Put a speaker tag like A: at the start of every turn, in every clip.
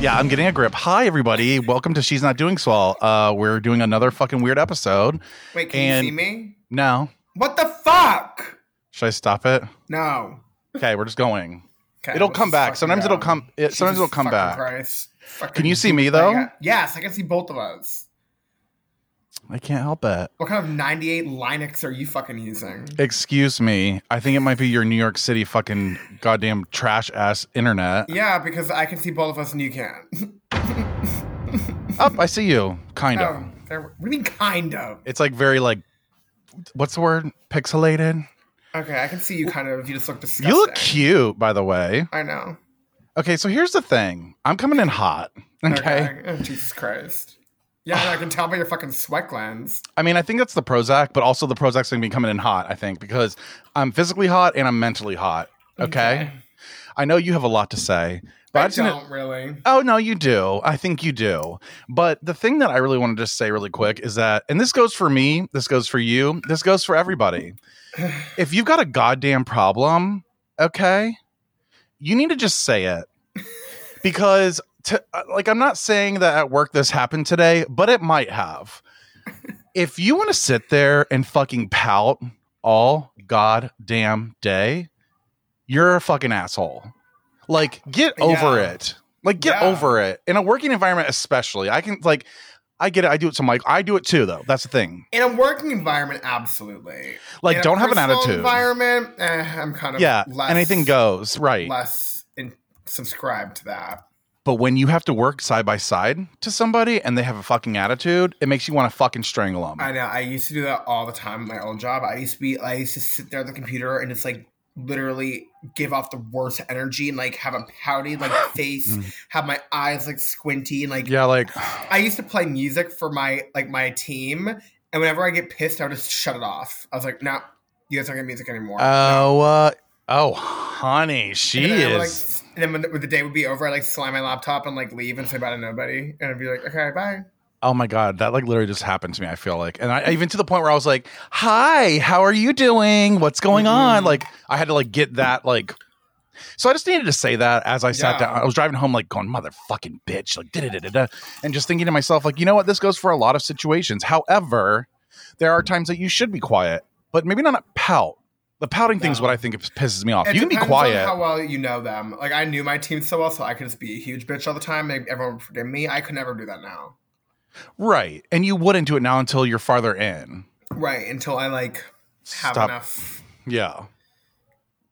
A: Yeah, I'm getting a grip. Hi, everybody. Welcome to She's Not Doing Swell. Uh, we're doing another fucking weird episode.
B: Wait, can
A: And-
B: you see me?
A: Now,
B: What the fuck?
A: should I stop it?
B: No.
A: Okay, we're just going.
B: Okay,
A: It'll
B: let's
A: come back.
B: fucking
A: Sometimes
B: go.
A: it'll come- it- sometimes
B: Jesus
A: it'll come
B: fucking
A: back.
B: Christ. Fucking
A: Can you see me,
B: dude,
A: though?
B: I got- yes, I can see both of us.
A: I can't help it.
B: What kind of 98 Linux are you fucking using?
A: Excuse me. I think it might be your New York City fucking goddamn trash ass internet.
B: Yeah, because I can see both of us and you can't.
A: Up, Oh, I see you. Kind of.
B: Mm. Oh, there- what do you mean, kind of?
A: It's like very like, what's the word? Pixelated.
B: Okay, I can see you kind of. You just look disgusting.
A: You look cute, by the way.
B: I know.
A: Okay, so here's the thing. I'm coming in hot. okay.
B: Oh, Jesus Christ. Yeah, I can tell by your fucking sweat glands.
A: I mean, I think that's the Prozac, but also the Prozac's gonna be coming in hot, I think, because I'm physically hot and I'm mentally hot. Okay. I know you have a lot to say, but I
B: I
A: just gonna-
B: don't really.
A: Oh no, you do. I think you do. But the thing that I really want to just say really quick is that, and this goes for me, this goes for you, this goes for everybody. if you've got a goddamn problem, okay, you need to just say it because, to, uh, like, I'm not saying that at work this happened today, but it might have. If you want to sit there and fucking pout all goddamn day, you're a fucking asshole. Like, get over
B: Yeah.
A: it. Like, get
B: Yeah.
A: over it. In a working environment, especially, I can like, I get it. I do it. So, Mike, I do it too, though. That's the thing.
B: In a working environment, absolutely.
A: Like,
B: In a
A: don't have an
B: personal
A: attitude.
B: Environment, eh, I'm kind of
A: Yeah,
B: Less,
A: anything goes, right?
B: Less in, subscribed to that.
A: But when you have to work side by side to somebody and they have a fucking attitude, it makes you want to fucking strangle them.
B: I know. I used to do that all the time in my old job. I used to be. I used to sit there at the computer and just like literally give off the worst energy and like have a pouty like face, have my eyes like squinty and like
A: Mm. yeah, like
B: I used to play music for my like my team, and whenever I get pissed, I would just shut it off. I was like, no, you guys don't get music anymore.
A: oh, uh, oh, honey, she
B: and then, I would,
A: is.
B: like, and then when the, when the day would be over, I like slam my laptop and like leave and say bye to nobody, and I'd be like, okay, bye.
A: Oh my god, that like literally just happened to me. I feel like, and I even to the point where I was like, "Hi, how are you doing? What's going on?" Like, I had to like get that like. So I just needed to say that as I sat
B: Yeah.
A: down. I was driving home, like going, "Motherfucking bitch!" Like, da da da da, and just thinking to myself, like, you know what? This goes for a lot of situations. However, there are times that you should be quiet, but maybe not pout. The pouting thing is
B: No.
A: what I think pisses me off.
B: It
A: you can be
B: depends on
A: quiet.
B: how well you know them. Like I knew my team so well, so I could just be a huge bitch all the time. And everyone would forgive me. I could never do that now.
A: Right. And you wouldn't do it now until you're farther in.
B: Right until I like have
A: Stop.
B: enough
A: Yeah.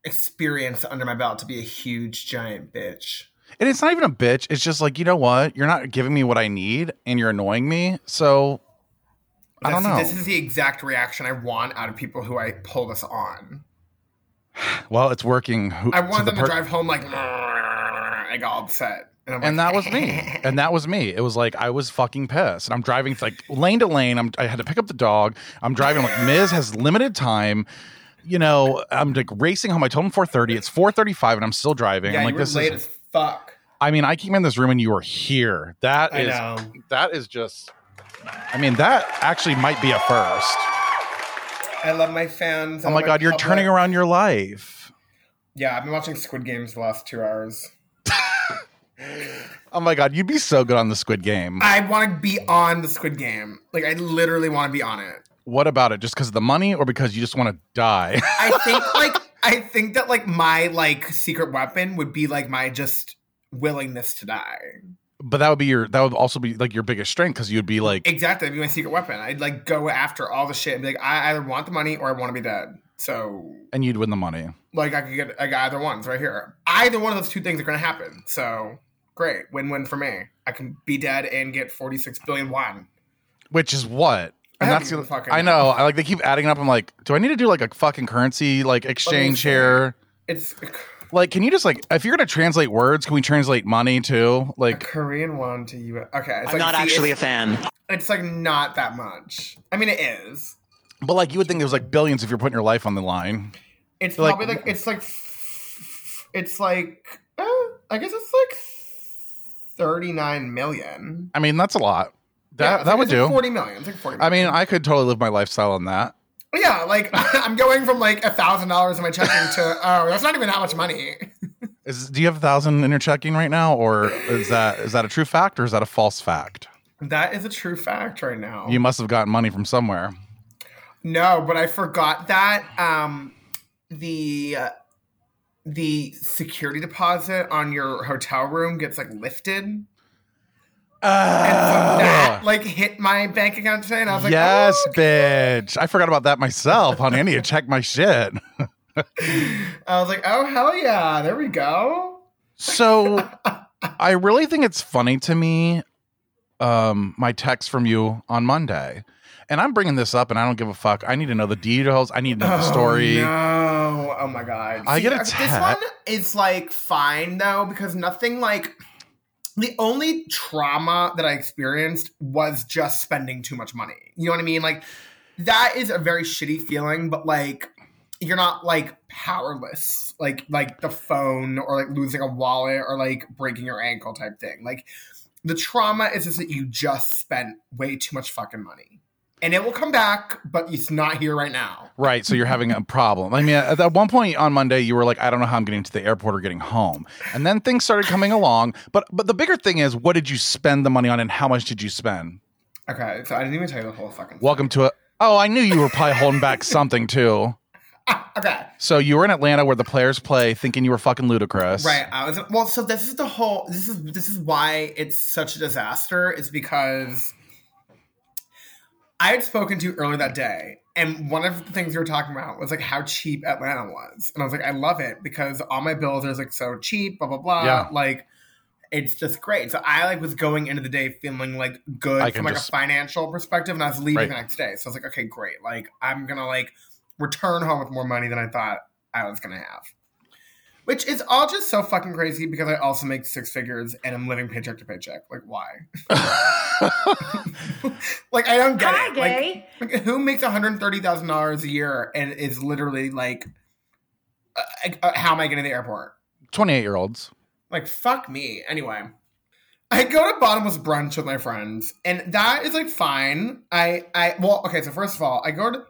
B: experience under my belt to be a huge giant bitch.
A: And it's not even a bitch. It's just like, you know what? You're not giving me what I need and you're annoying me. So I don't
B: That's-
A: know.
B: This is the exact reaction I want out of people who I pull this on.
A: well, it's working. Who-
B: I want
A: the
B: them
A: per-
B: to drive home like, like all upset. I'm
A: And
B: like,
A: that was me. And that was me. It was like I was fucking pissed. And I'm driving like lane to lane. I'm, I had to pick up the dog. I'm driving like Miz has limited time. You know, I'm like racing home. I told him 4:30. It's 4:35, and I'm still driving.
B: yeah,
A: I'm
B: you
A: like,
B: were
A: this
B: late
A: is.
B: as fuck.
A: I mean, I came in this room and you were here. That
B: I
A: is
B: know.
A: that is just. I mean, that actually might be a first.
B: I love Oh my fans. I
A: Oh
B: love
A: my god, you're
B: public.
A: turning around your life.
B: Yeah, I've been watching Squid Games the last two hours.
A: Oh my god, you'd be so good on the Squid Game.
B: I want to be on the Squid Game. Like, I literally want to be on it.
A: What about it? Just because of the money, or because you just want to die?
B: I think like I think that like my like secret weapon would be like my just willingness to die.
A: but that would be your that would also be like your biggest strength because you'd be like,
B: Exactly, that'd be my secret weapon. I'd like go after all the shit and be like, I either want the money or I want to be dead. So
A: and you'd win the money.
B: like I could get like either ones right here. Either one of those two things are gonna happen. So great, win win for me. I can be dead and get forty six billion won.
A: Which is what. And
B: I
A: that's
B: don't even
A: the-
B: fucking
A: I know. I like they keep adding up. I'm like, do I need to do like a fucking currency like exchange
B: see.
A: here?
B: It's a,
A: Like, can you just like if you're gonna translate words, can we translate money too?
B: a
A: Like,
B: Korean won to you. Okay, it's
C: I'm not
B: see,
C: actually a
B: It's,
C: fan.
B: it's like not that much. I mean, it is.
A: but like you would think there's like billions if you're putting your life on the line.
B: It's
A: Like-
B: probably like it's like f- it's like uh, I guess it's like thirty nine million.
A: I mean, that's a lot. That
B: Yeah, it's
A: that
B: like-
A: would
B: it's like
A: do.
B: forty million. It's like forty.
A: I
B: Million.
A: mean, I could totally live my lifestyle on that.
B: yeah, like I'm going from like a thousand dollars in my checking to oh, that's not even that much money.
A: Is do you have a thousand in your checking right now, or is that is that a true fact or is that a false fact?
B: That is a true fact right now.
A: You must have gotten money from somewhere.
B: No, but I forgot that um, the uh, the security deposit on your hotel room gets like lifted. And so that like hit my bank account today, and I was like,
A: yes,
B: "Oh,
A: bitch. I forgot about that myself, honey. I need to check my shit.
B: I was like, oh hell yeah, there we go.
A: So I really think it's funny to me um my text from you on Monday. And I'm bringing this up and I don't give a fuck. I need to know the details. I need to know the
B: Oh,
A: story.
B: No, oh my god.
A: I get a
B: This
A: tat.
B: one is like fine though because nothing like the only trauma that I experienced was just spending too much money. You know what I mean? Like that is a very shitty feeling, but like you're not like powerless, like like the phone or like losing a wallet or like breaking your ankle type thing. Like the trauma is just that you just spent way too much fucking money. And it will come back, but it's not here right now.
A: Right. So you're having a problem. I mean, at at one point on Monday, you were like, I don't know how I'm getting to the airport or getting home. And then things started coming along. But but the bigger thing is what did you spend the money on and how much did you spend?
B: Okay, so I didn't even tell you the whole fucking.
A: Welcome to a Oh, I knew you were probably holding back something too.
B: Ah, okay,
A: So you were in Atlanta where the players play thinking you were fucking ludicrous.
B: right. I was well. So this is the whole. This is this is why it's such a disaster. Is because I had spoken to you earlier that day, and one of the things you were talking about was like how cheap Atlanta was, and I was like, I love it because all my bills are like so cheap. Blah blah blah.
A: Yeah.
B: Like. It's just great. So I like was going into the day feeling like good
A: I can
B: from like
A: just-
B: a financial perspective, and I was leaving
A: Right.
B: the next day. So I was like, okay, great. Like I'm gonna like return home with more money than I thought I was gonna have. Which is all just so fucking crazy because I also make six figures and I'm living paycheck to paycheck. Like why? Like I don't get
C: Hi,
B: it. Like,
C: gay.
B: like, who makes one hundred thirty thousand dollars a year and is literally like, uh, uh, how am I getting to the airport?
A: 28 year olds.
B: Like fuck me. Anyway, I go to bottomless brunch with my friends, and that is like fine. I I well okay. So first of all, I go to.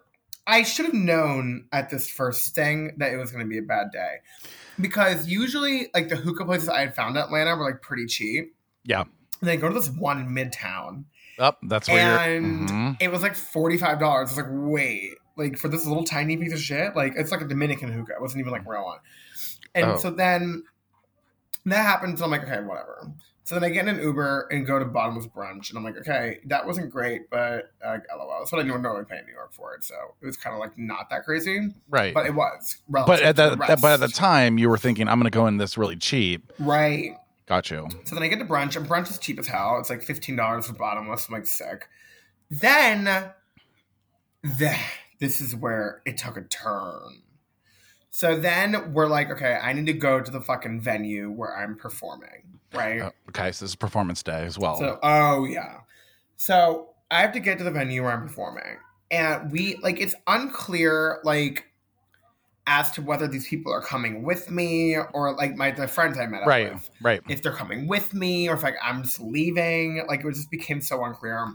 B: I should have known at this first thing that it was going to be a bad day, because usually like the hookah places I had found in Atlanta were like pretty cheap.
A: Yeah.
B: And then I go to this one in Midtown,
A: Up. that's where you're.
B: And-
A: Mhm.
B: it was like forty five dollars. I was like, wait, like for this little tiny piece of shit, like it's like a Dominican hookah. It wasn't even like real one. And
A: Oh.
B: so then that happens. I'm like, okay, whatever. So then I get in an Uber and go to Bottomless Brunch, and I'm like, okay, that wasn't great, but like, lol. That's what I normally pay in New York for it, so it was kind of like not that crazy,
A: Right.
B: but
A: But,
B: it was.
A: at
B: relative to
A: that, that- but at the
B: rest.
A: time, you were thinking, I'm going to go in this really cheap.
B: right?
A: Got you.
B: So then I get to brunch, and brunch is cheap as hell. It's like fifteen dollars for bottomless. I'm like sick. Then, the, this is where it took a turn. So then we're like, okay, I need to go to the fucking venue where I'm performing, right?
A: Oh, okay. So this is performance day as well.
B: So, oh yeah. So I have to get to the venue where I'm performing, and we like it's unclear like as to whether these people are coming with me or like my the friends I met up
A: right.
B: with
A: Right.
B: if they're coming with me or if like I'm just leaving. Like it just became so unclear.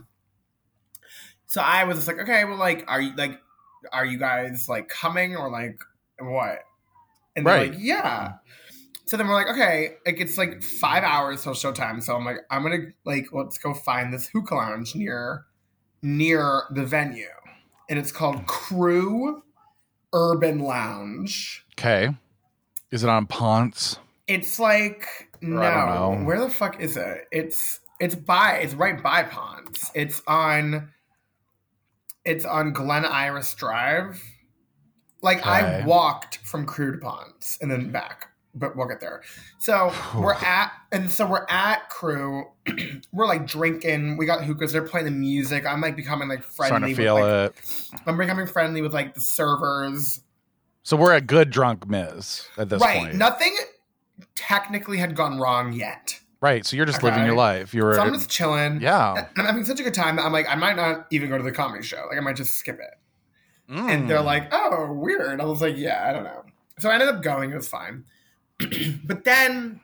B: So I was just like, okay, well, like, are you like, are you guys like coming or like what? And they're
A: Right.
B: like, yeah. So then we're like, okay, like it's like five hours till showtime. So I'm like, I'm gonna like let's go find this hookah lounge near near the venue, and it's called Crew Urban Lounge.
A: Okay. Is it on Ponce?
B: It's like no.
A: Or I don't know.
B: Where the fuck is it? It's it's by it's right by Ponds. It's on it's on Glen Iris Drive. Like
A: Okay.
B: I walked from Crew to Ponds and then back, but we'll get there. So we're at and so we're at Crew. we're like drinking. We got hookahs. They're playing the music. I'm like becoming like
A: Starting
B: friendly.
A: to feel
B: with, like,
A: it.
B: I'm becoming friendly with like the servers.
A: So we're a good drunk miss at this
B: right.
A: point.
B: Nothing technically had gone wrong yet.
A: right. So you're just living
B: Okay.
A: your life. You're
B: So I'm just chilling.
A: yeah.
B: And I'm having such a good time that I'm like, I might not even go to the comedy show. Like, I might just skip it. And they're
A: Mm.
B: like, oh, weird. I was like, yeah, I don't know. So I ended up going. It was fine. but then,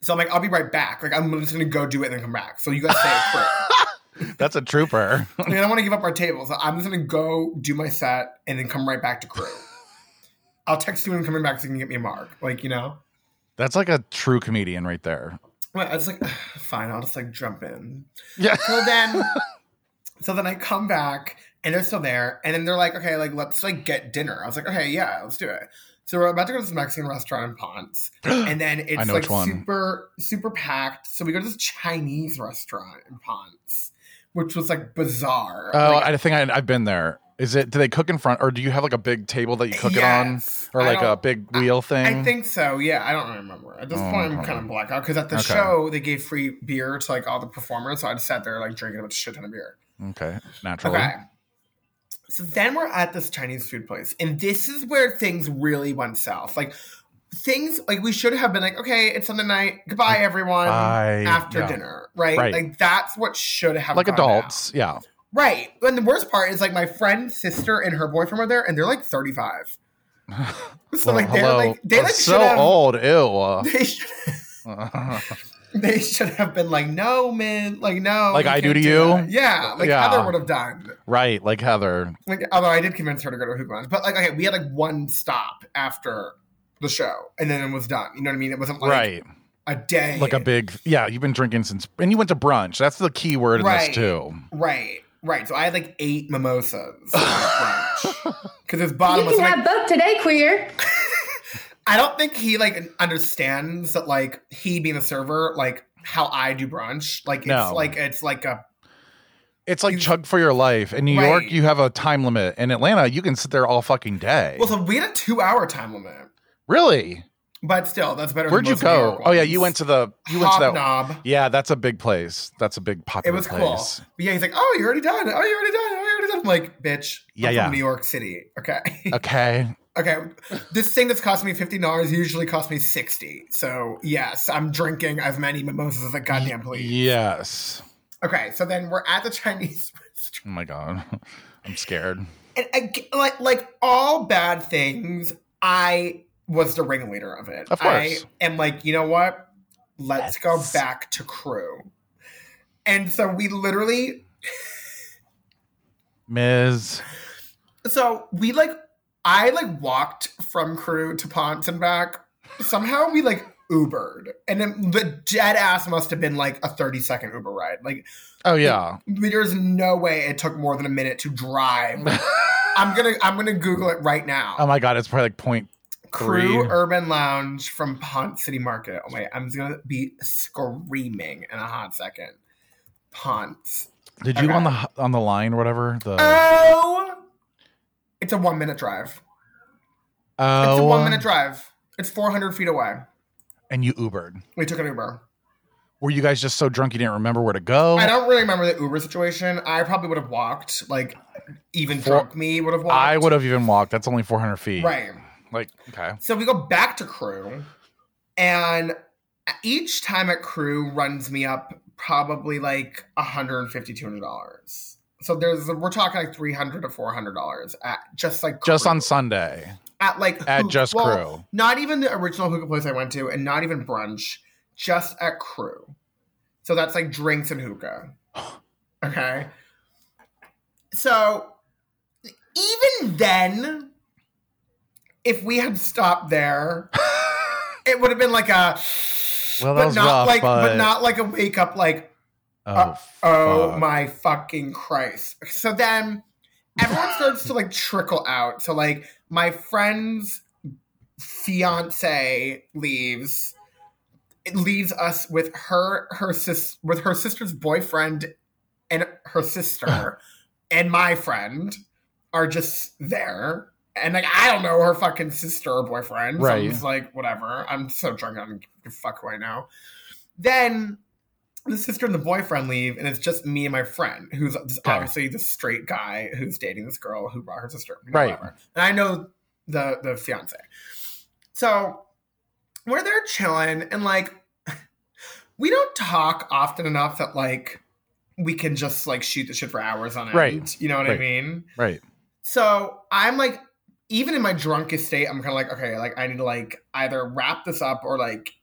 B: so I'm like, I'll be right back. Like, I'm just going to go do it and then come back. So you guys stay at Crew.
A: Mm. that's a trooper.
B: Like, I don't want to give up our table. So I'm just going to go do my set and then come right back to crew. I'll text you when I'm coming back so you can get me a mark. Like, you know?
A: That's like a true comedian right there.
B: Well, I was like, fine, I'll just like jump in.
A: Yeah.
B: So then, so then I come back and they're still there, and then they're like, okay, like let's like get dinner. I was like, okay, yeah, let's do it. So we're about to go to this Mexican restaurant in Ponce, and then it's
A: know
B: like
A: which one.
B: super super packed. So we go to this Chinese restaurant in Ponce, which was like bizarre.
A: Oh,
B: Like,
A: I think I, I've been there. Is it? Do they cook in front, or do you have like a big table that you cook
B: Yes.
A: it on, or
B: I
A: like a
B: don't-
A: big wheel thing?
B: I think so. Yeah, I don't remember. At this
A: Oh,
B: point, I'm
A: okay.
B: kind of blacked out because at the
A: Okay.
B: show they gave free beer to like all the performers, so I just sat there like drinking a shit ton of beer.
A: Okay, naturally.
B: Okay. So then we're at this Chinese food place, and this is where things really went south. Like things like we should have been like, okay, it's Sunday night, goodbye everyone,
A: I-
B: after
A: yeah.
B: dinner, right?
A: Right.
B: Like that's what should have
A: Like
B: gone down.
A: adults, yeah.
B: right? And the worst part is like my friend's sister and her boyfriend were there, and they're like thirty five. So
A: Well,
B: like they're
A: hello.
B: like they
A: I'm
B: like should
A: so
B: have-
A: old. Ew.
B: They should,
A: like
B: they should have been like, no, man, like no,
A: Like
B: we
A: I do
B: can't
A: to you?
B: that." Yeah, like
A: Yeah.
B: Heather would have done.
A: right, like Heather.
B: like although I did convince her to go to Hoop Lounge, but like okay, we had like one stop after the show, and then it was done. You know what I mean? It wasn't like
A: right,
B: a day,
A: like a big. Yeah, you've been drinking since, and you went to brunch. That's the key word in
B: Right.
A: this too.
B: right, right. So I had like eight mimosas because it's bottomless.
C: you
B: I'm
C: can
B: like,
C: have both today, queer.
B: I don't think he like understands that like he being a server, like how I do brunch, like it's
A: No.
B: like it's like a
A: It's like
B: You-
A: chug for your life. In New York,
B: Right.
A: you have a time limit. In Atlanta, you can sit there all fucking day.
B: well, so we had a two hour time limit,
A: really?
B: but still, that's better.
A: Where'd
B: than
A: you
B: most New
A: go?
B: York
A: Oh yeah,
B: ones.
A: you went to the you went to that.
B: Hobnob.
A: Yeah, that's a big place. That's a big
B: It
A: popular
B: was cool.
A: place.
B: But yeah, he's like, oh, you're already done. Oh, you're already done. Oh, you're already done. I'm like, bitch. I'm
A: Yeah,
B: from
A: yeah. Uh,
B: New York City. Okay.
A: Okay.
B: okay. This thing that's cost me fifty dollars usually costs me sixty. So yes, I'm drinking as many mimosas as I goddamn please.
A: Yes.
B: Okay. So then we're at the Chinese restaurant,
A: Oh my god. I'm scared.
B: and ag- like like all bad things, I was the ringleader of it.
A: Of course.
B: I am like, you know what? Let's go
A: Let's-
B: back to crew. And so we literally
A: Ms.
B: So we like, I like walked from crew to Ponce and back. Somehow we like Ubered, and then the dead ass must have been like a thirty second Uber ride. Like
A: Oh yeah.
B: there's no way it took more than a minute to drive. I'm gonna I'm gonna Google it right now.
A: Oh my god, it's probably like point
B: crew
A: three.
B: Urban Lounge from Ponce City Market. Oh wait, I'm just gonna be screaming in a hot second. Ponce.
A: Did you
B: Okay.
A: on the on the line or whatever? The
B: Oh, it's a one minute drive. Uh, It's
A: oh,
B: a one minute drive. It's 400 feet away.
A: and you Ubered.
B: We took an Uber.
A: Were you guys just so drunk you didn't remember where to go?
B: I don't really remember the Uber situation. I probably would have walked. Like, even
A: Four-
B: drunk me would have walked.
A: I would have even walked. That's only 400 feet.
B: Right.
A: Like, okay.
B: So we go back to crew, and each time at crew runs me up probably like 150 dollars. So there's we're talking like 300 to 400 dollars at just like
A: Just
B: Crew.
A: on Sunday
B: at like
A: at
B: Hoop-
A: Just
B: well,
A: Crew.
B: not even the original hookah place I went to, and not even brunch, just at crew. So that's like drinks and hookah. Okay. So even then, if we had stopped there, it would have been like a
A: Well, that
B: but
A: was
B: not
A: rough,
B: like
A: but-
B: but not like a wake up like
A: Oh,
B: Uh, Oh
A: fuck.
B: my fucking Christ. So then everyone starts to like trickle out. So like my friend's fiance leaves. It leaves us with her her sis with her sister's boyfriend and her sister and my friend are just there. And like I don't know her fucking sister or boyfriend. So
A: Right.
B: I'm just like, whatever. I'm so drunk I don't give a fuck right now. Then the sister and the boyfriend leave, and it's just me and my friend, who's just
A: Okay.
B: obviously the straight guy who's dating this girl who brought her sister. you
A: Right.
B: whatever. And I know the the fiance. So we're there chilling, and like we don't talk often enough that like we can just like shoot the shit for hours on end.
A: Right.
B: You know what I
A: Right.
B: mean?
A: Right.
B: So I'm like, even in my drunkest state, I'm kind of like, okay, like I need to like either wrap this up or like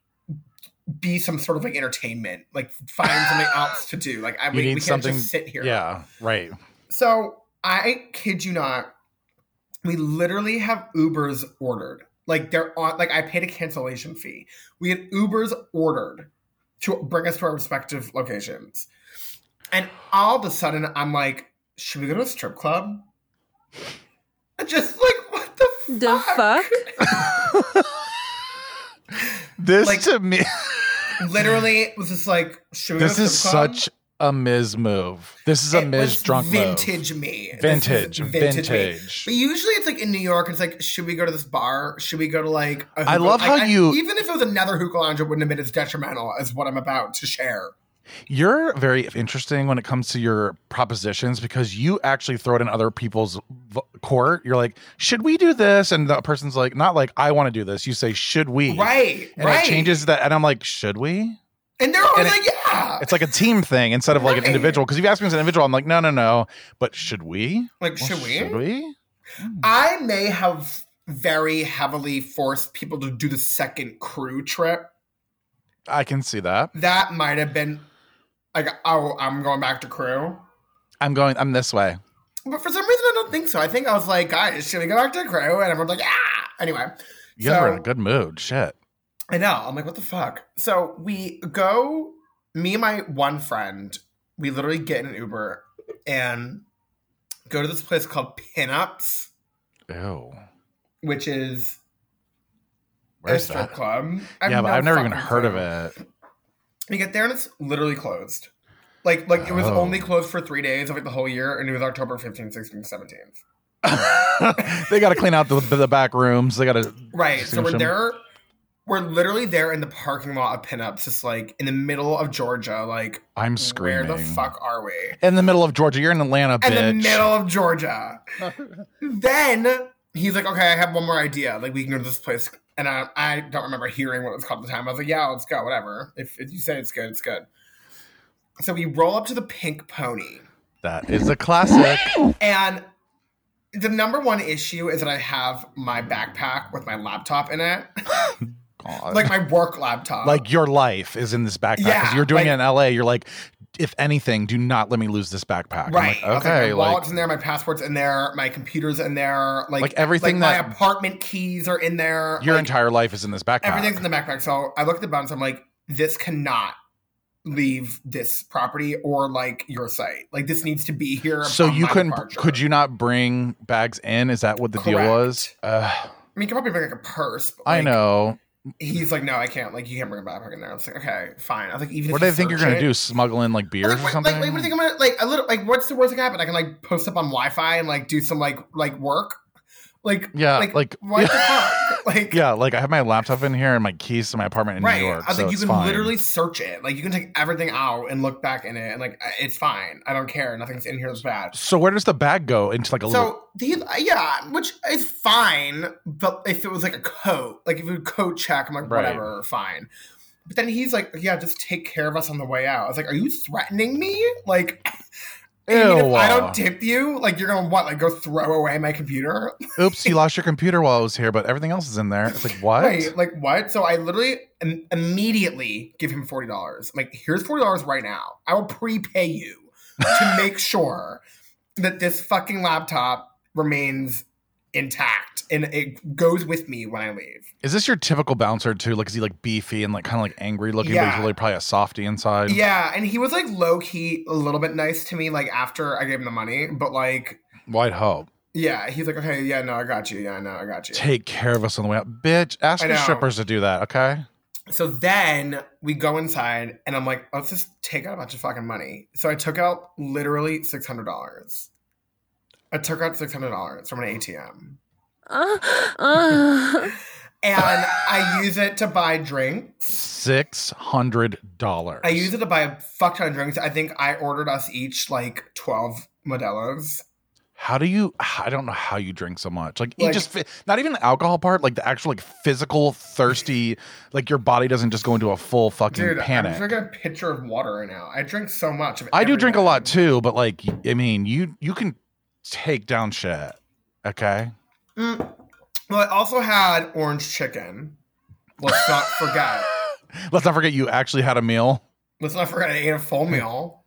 B: be some sort of like entertainment, like find something else to do. Like I
A: You
B: we,
A: need
B: we can't
A: something-
B: just sit here.
A: Yeah. Right.
B: So I kid you not, we literally have Ubers ordered. Like they're on. Like I paid a cancellation fee. We had Ubers ordered to bring us to our respective locations, and all of a sudden I'm like, should we go to a strip club? And just like what the
C: The fuck?
A: This
B: Like-
A: to me,
B: fuck? Literally it was just like should we go
A: this
B: to a
A: is
B: strip club?
A: such a Miz move. This is a
B: It
A: Miz
B: was
A: drunk move.
B: vintage me. This is
A: Vintage,
B: me.
A: vintage.
B: But usually it's like in New York, it's like, should we go to this bar? Should we go to like? a
A: I
B: hookah-
A: love
B: like,
A: how you-
B: even if it was another hookah lounge, it wouldn't have been as detrimental as what I'm about to share.
A: You're very interesting when it comes to your propositions because you actually throw it in other people's v- court. You're like, should we do this? And the person's like, not like I want to do this. You say, should we?
B: Right,
A: And
B: right.
A: it changes that, and I'm like, should we?
B: and they're always
A: and
B: like, yeah.
A: It's like a team thing instead of like an
B: Right.
A: individual. Because if you ask me as an individual, I'm like, no, no, no. But should we?
B: like,
A: Well,
B: should we?
A: Should we?
B: I may have very heavily forced people to do the second crew trip.
A: I can see that.
B: That might have been like, oh, I'm going back to crew.
A: I'm going. I'm this way.
B: But for some reason, I don't think so. I think I was like, guys, should we go back to crew? And everyone's like, ah. Anyway,
A: You guys are in
B: So-
A: a good mood. Shit.
B: I know. I'm like, what the fuck? So we go, me and my one friend, we literally get in an Uber and go to this place called Pinups,
A: Ew.
B: which is
A: Where's
B: a strip
A: that?
B: club. I have
A: yeah, but
B: no
A: I've never even
B: fucking
A: heard of
B: clue.
A: it.
B: We get there and it's literally closed. Like, like it was
A: Oh.
B: only closed for three days of like the whole year, and it was October 15th, 16th, 17th.
A: they got to clean out the, the back rooms. They got to.
B: Right. So we're
A: Distinction.
B: there. We're literally there in the parking lot of Pinups, just like in the middle of Georgia. Like,
A: I'm screaming.
B: where the fuck are we?
A: In the middle of Georgia. You're in Atlanta,
B: in the
A: bitch.
B: middle of Georgia. then he's like, "Okay, I have one more idea. Like, we can go to this place." And I, I don't remember hearing what it was called at the time. I was like, "Yeah, let's go. Whatever. If, if you say it's good, it's good." So we roll up to the Pink Pony,
A: That is a classic.
B: and the number one issue is that I have my backpack with my laptop in it,
A: God.
B: like my work laptop.
A: Uh, Like your life is in this backpack. 'Cause
B: Yeah,
A: you're doing
B: like-
A: it in LA. You're like, if anything, do not let me lose this backpack.
B: Right. I
A: I'm
B: was
A: like, okay.
B: my
A: Like,
B: wallet's in there, my passport's in there, my computer's in there, like,
A: Like everything
B: like
A: that-
B: my apartment keys are in there.
A: your
B: like,
A: entire life is in this backpack.
B: Everything's in the backpack. So I look at the bounce. I'm like, this cannot leave this property or like your site. Like this needs to be here.
A: so
B: upon
A: you
B: my
A: couldn't
B: departure.
A: could you not bring bags in is that what the deal
B: Correct.
A: was uh,
B: I mean, you could probably bring like a purse. But,
A: i
B: like,
A: know
B: He's like, no, I can't. Like, you can't bring a backpack in there. I was like, okay, fine. I was like, even
A: what do
B: if
A: they
B: you
A: think you're
B: search
A: gonna
B: it-
A: do smuggle in like
B: I
A: beers
B: was Like,
A: or
B: what,
A: something
B: like, like, what do you think I'm gonna like? A little, like, what's the worst that can happen? I can like post up on Wi-Fi and like do some like like work, like
A: yeah
B: like,
A: like,
B: what the fuck? Like,
A: yeah like i have my laptop in here and my keys to my apartment in
B: right.
A: new york
B: I was
A: so
B: like, you
A: it's
B: can
A: fine.
B: literally search it. Like, you can take everything out and look back in it, and like, I- it's fine. I don't care. Nothing's in here that's bad.
A: so where does the bag go into like a little
B: So these, yeah, which is fine. But if it was like a coat, like if it was a coat check, I'm like,
A: Right.
B: whatever, fine. But then he's like, yeah, just take care of us on the way out. I was like, are you threatening me? Like, even if
A: Ew.
B: I don't tip you, like you're gonna what? Like go throw away my computer?
A: oops you lost your computer while i was here but everything else is in there it's like what
B: Right, like what? So I literally im- immediately give him forty dollars. Like, here's forty dollars right now. I will prepay you to make sure that this fucking laptop remains intact and it goes with me when I leave.
A: is this your typical bouncer too like is he like beefy and like kind of like angry looking but
B: Yeah.
A: he's really probably a softy inside
B: Yeah, and he was like low key a little bit nice to me, like after I gave him the money, but like.
A: white hope
B: Yeah, he's like, okay, yeah, no, I got you. Yeah, no, I got you.
A: take care of us on the way out bitch ask
B: I
A: your
B: know.
A: strippers to do that okay
B: So then we go inside, and I'm like, let's just take out a bunch of fucking money. So I took out literally six hundred dollars. I took out six hundred dollars from an ATM,
C: Uh, uh.
B: and I use it to buy drinks.
A: Six hundred dollars.
B: I use it to buy a fuck ton of drinks. I think I ordered us each like twelve Modelo's.
A: How do you? I don't know how you drink so much. Like, you
B: Like-
A: just fi- not even the alcohol part. Like the actual like physical thirsty. Like your body doesn't just go into a full fucking
B: Dude,
A: panic.
B: I'm drinking a pitcher of water right now. I drink so much. Of
A: I do drink a
B: everything.
A: lot too, but like I mean, you you can take down shit. Okay.
B: Mm. Well, I also had orange chicken. Let's not forget.
A: Let's not forget you actually had a meal.
B: Let's not forget I ate a full meal.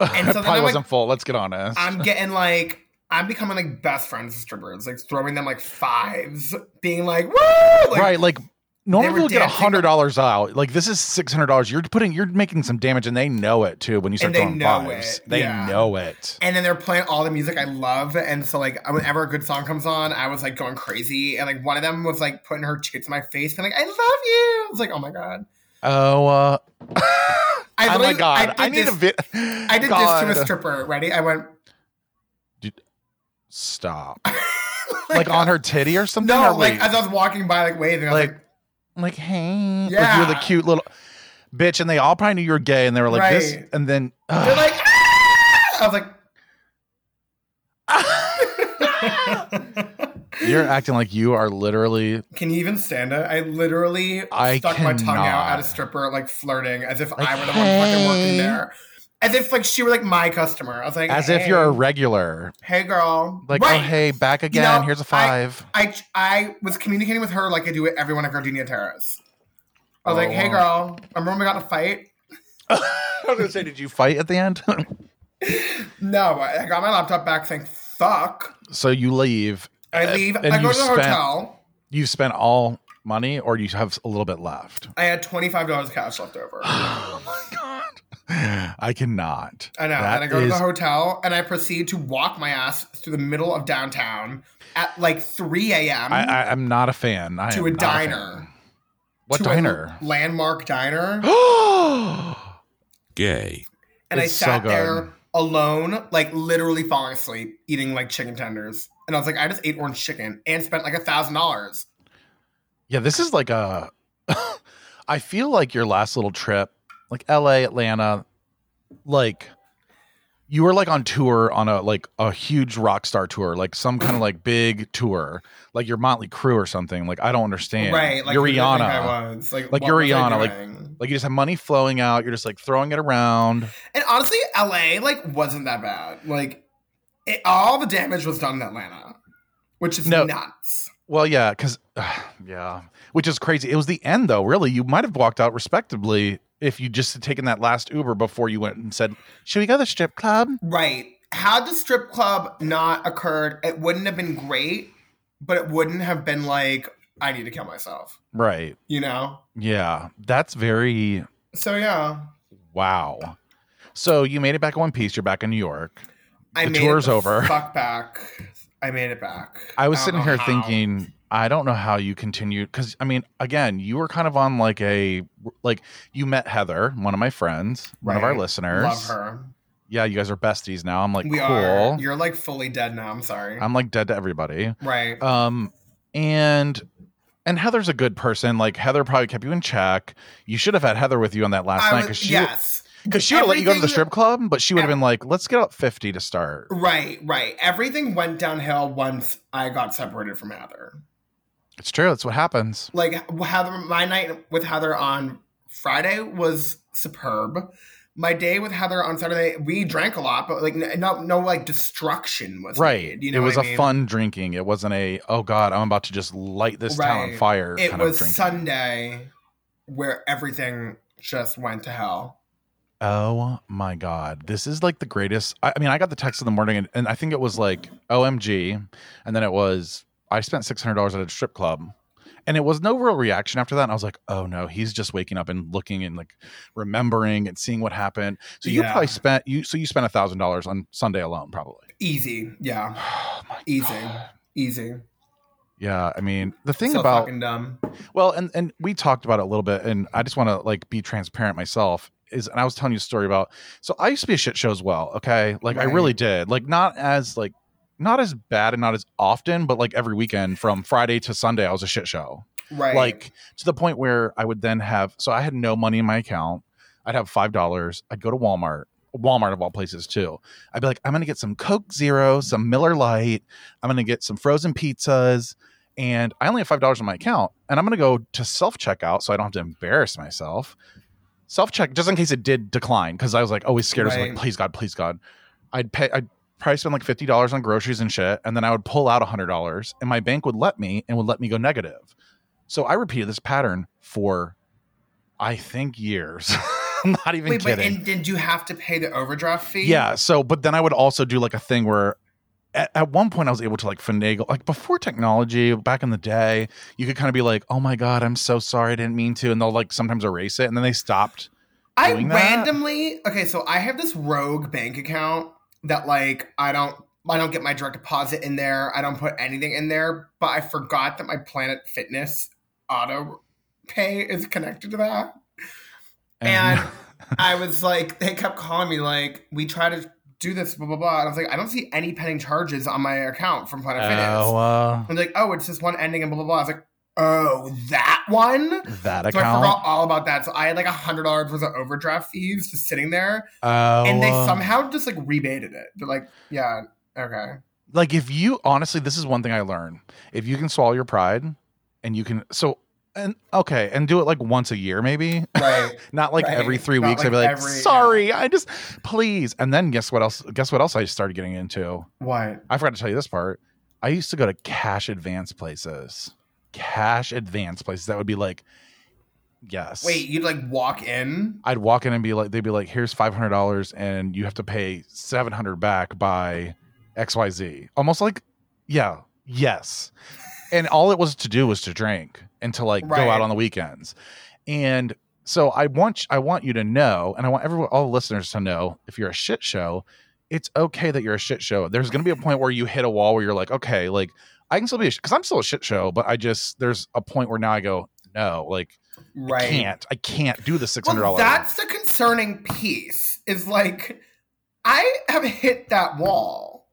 A: it
B: And so then
A: probably
B: I'm like,
A: wasn't full. Let's get honest.
B: I'm getting like I'm becoming like best friends with strippers, like throwing them like fives, being like, woo! Like,
A: right, like normally
B: were
A: you'll get a
B: dancing-
A: hundred dollars out. Like this is six hundred dollars. You're putting, you're making some damage, and they know it too. When you start
B: And they
A: throwing
B: know
A: fives,
B: it,
A: they
B: yeah.
A: know it.
B: And then they're playing all the music I love. And so, like, whenever a good song comes on, I was like going crazy. And like, one of them was like putting her tits in my face, being like, I love you. I was like, oh my God.
A: Oh, uh, oh my
B: I literally-
A: god!
B: did
A: I, need
B: this,
A: a bit.
B: I did this to a stripper. Ready? I went,
A: Stop. Like on her titty or something.
B: uh, No,
A: or
B: like,
A: wait?
B: as I was walking by, like, waving, I was
A: Like,
B: like,
A: like hey, like
B: Yeah.
A: you're the cute little bitch, and they all probably knew you were gay, and they were like this,
B: Right.
A: and then ugh.
B: they're like, "Ah!" I was like, "Ah!"
A: you're acting like you are literally
B: Can you even stand it? I literally
A: I
B: stuck my tongue out at a
A: cannot.
B: stripper, like flirting, as if
A: Like,
B: I were the one fucking
A: hey.
B: working there. As if like she were like my customer. I was like,
A: as if
B: "Hey.
A: you're a regular.
B: hey girl,
A: Like,
B: Right.
A: oh hey, back again.
B: know,
A: Here's a
B: I-
A: five.
B: I I was communicating with her like I do with everyone at Gardenia Terrace. I was
A: Oh,
B: like, hey girl, remember when we got in a fight?
A: I was gonna say, did you fight at the end?
B: No, I I got my laptop back. Saying fuck.
A: so you leave.
B: I
A: Uh,
B: leave.
A: and
B: I go
A: you
B: to the
A: spent-
B: hotel.
A: You've spent all money, or you have a little bit left.
B: I had twenty five dollars cash left over.
A: Oh my god! I cannot.
B: I know.
A: That
B: and I go to the
A: is-
B: hotel and I proceed to walk my ass through the middle of downtown at like 3 a.m.
A: I, I, I'm not a fan. I
B: To
A: am
B: a
A: not
B: diner.
A: fan. What
B: to a
A: diner?
B: landmark diner.
D: Gay.
B: and I
A: It's so
B: sat
A: good.
B: there alone, like literally falling asleep, eating like chicken tenders. And I was like, I just ate orange chicken and spent like a thousand dollars.
A: yeah, this is like a. I feel like your last little trip, like L.A., Atlanta, like you were like on tour on a like a huge rock star tour, like some kind of like big tour, like your Motley Crue or something. Like I don't understand.
B: Right. Like
A: you're
B: who did I
A: Rihanna.
B: think I was. Like,
A: Like,
B: what
A: you're
B: was I
A: Rihanna, like-
B: doing?
A: Like you just have money flowing out. You're just like throwing it around.
B: and honestly, LA like wasn't that bad. Like it, all the damage was done in Atlanta, which is
A: No.
B: nuts.
A: Well, yeah, because yeah, which is crazy. It was the end though. Really, you might have walked out respectably if you just had taken that last Uber before you went and said, "Should we go to the strip club?"
B: Right. Had the strip club not occurred, it wouldn't have been great, but it wouldn't have been like, I need to kill myself,
A: Right.
B: you know?
A: Yeah, that's very
B: So, yeah.
A: wow. So you made it back in one piece. You're back in New York.
B: I
A: The
B: made
A: tour's
B: it the
A: over.
B: Fuck back. I made it back.
A: I was
B: don't
A: sitting
B: know
A: here
B: how.
A: thinking, I don't know how you continued because I mean, again, you were kind of on like a like you met Heather, one of my friends, one of our
B: Right.
A: listeners.
B: Love her.
A: Yeah, you guys are besties now. I'm like,
B: we
A: cool.
B: are. You're like fully dead now. I'm sorry.
A: I'm like dead to everybody.
B: right.
A: um and and heather's a good person like heather probably kept you in check you should have had heather with you on that last
B: I
A: night
B: was-
A: because she
B: yes.
A: because she would have let you go to the
B: Everything-
A: strip club but she would have been like let's get up 50 to start
B: Right, right. Everything went downhill once I got separated from Heather.
A: it's true that's what happens
B: like Heather, my night with Heather on Friday was superb. My day with Heather on Saturday, we drank a lot, but like n- no, no like destruction was
A: right
B: made, you know,
A: it was
B: what
A: a
B: I mean?
A: fun drinking it wasn't a oh god i'm about to just light this town on
B: Right.
A: fire
B: It
A: kind
B: was
A: of drinking
B: Sunday, where everything just went to hell.
A: Oh my God. This is like the greatest. I, I mean, I got the text in the morning and, and I think it was like OMG. And then it was, I spent $600 at a strip club. And it was no real reaction after that. And I was like, oh no, he's just waking up and looking and like remembering and seeing what happened. So you
B: Yeah.
A: probably spent, you, so you spent $1,000 on Sunday alone, probably.
B: Easy, yeah,
A: Oh my
B: Easy.
A: God.
B: easy.
A: Yeah. I mean, the thing
B: so
A: about,
B: fucking dumb.
A: well, and and we talked about it a little bit, and I just want to like be transparent myself. Is and I was telling you a story about. So I used to be a shit show as well. Okay, like I
B: Right.
A: really did. Like not as like not as bad and not as often, but like every weekend from Friday to Sunday, I was a shit show.
B: Right,
A: Like to the point where I would then have. So I had no money in my account. I'd have five dollars. I'd go to Walmart. Walmart of all places too. I'd be like, I'm gonna get some Coke Zero, some Miller Lite. I'm gonna get some frozen pizzas, and I only have five dollars on my account, and I'm gonna go to self checkout so I don't have to embarrass myself. Self check just in case it did decline because I was like always scared. I was like,
B: Right.
A: please God, please God. I'd pay. I'd probably spend like fifty dollars on groceries and shit, and then I would pull out hundred dollars, and my bank would let me and would let me go negative. So I repeated this pattern for, I think years. I'm not even
B: wait, but
A: kidding.
B: and did you have to pay the overdraft fee?
A: Yeah. So, but then I would also do like a thing where at, at one point I was able to like finagle like before technology back in the day, you could kind of be like, "Oh my god, I'm so sorry, I didn't mean to," and they'll like sometimes erase it, and then they stopped.
B: I
A: doing that?
B: randomly okay, so I have this rogue bank account that like I don't I don't get my direct deposit in there. I don't put anything in there, but I forgot that my Planet Fitness auto pay is connected to that. And- I was like, they kept calling me like, we try to do this, blah blah blah. And I was like, I don't see any pending charges on my account from Planet
A: oh,
B: Fitness.
A: uh,
B: And like, oh, it's just one ending and blah blah blah. I was like, oh, that one.
A: that
B: So I forgot
A: account.
B: all about that. So I had like a hundred dollars worth of overdraft fees just sitting there,
A: Oh,
B: and they
A: uh,
B: somehow just like rebated it. They're like, yeah, okay,
A: like if you honestly this is one thing i learned if you can swallow your pride and you can so and okay and do it like once a year maybe
B: right,
A: not like
B: Right.
A: every three
B: Not
A: weeks i'd be
B: like
A: like
B: every-
A: sorry i just please and then guess what else guess what else i started getting into
B: what?
A: i forgot to tell you this part i used to go to cash advance places cash advance places that would be like yes
B: Wait, you'd like walk in?
A: I'd walk in and be like, they'd be like, here's five hundred dollars, and you have to pay seven hundred back by X Y Z. Almost like, yeah, yes. And all it was to do was to drink and to like
B: Right.
A: go out on the weekends. And so I want I want you to know, and I want everyone, all the listeners to know, if you're a shit show, it's okay that you're a shit show. There's going to be a point where you hit a wall where you're like, okay, like I can still be because I'm still a shit show, but I just there's a point where now I go, no, like
B: Right.
A: I can't, I can't do the six hundred
B: Well,
A: dollars.
B: that's the concerning piece. Is like, I have hit that wall,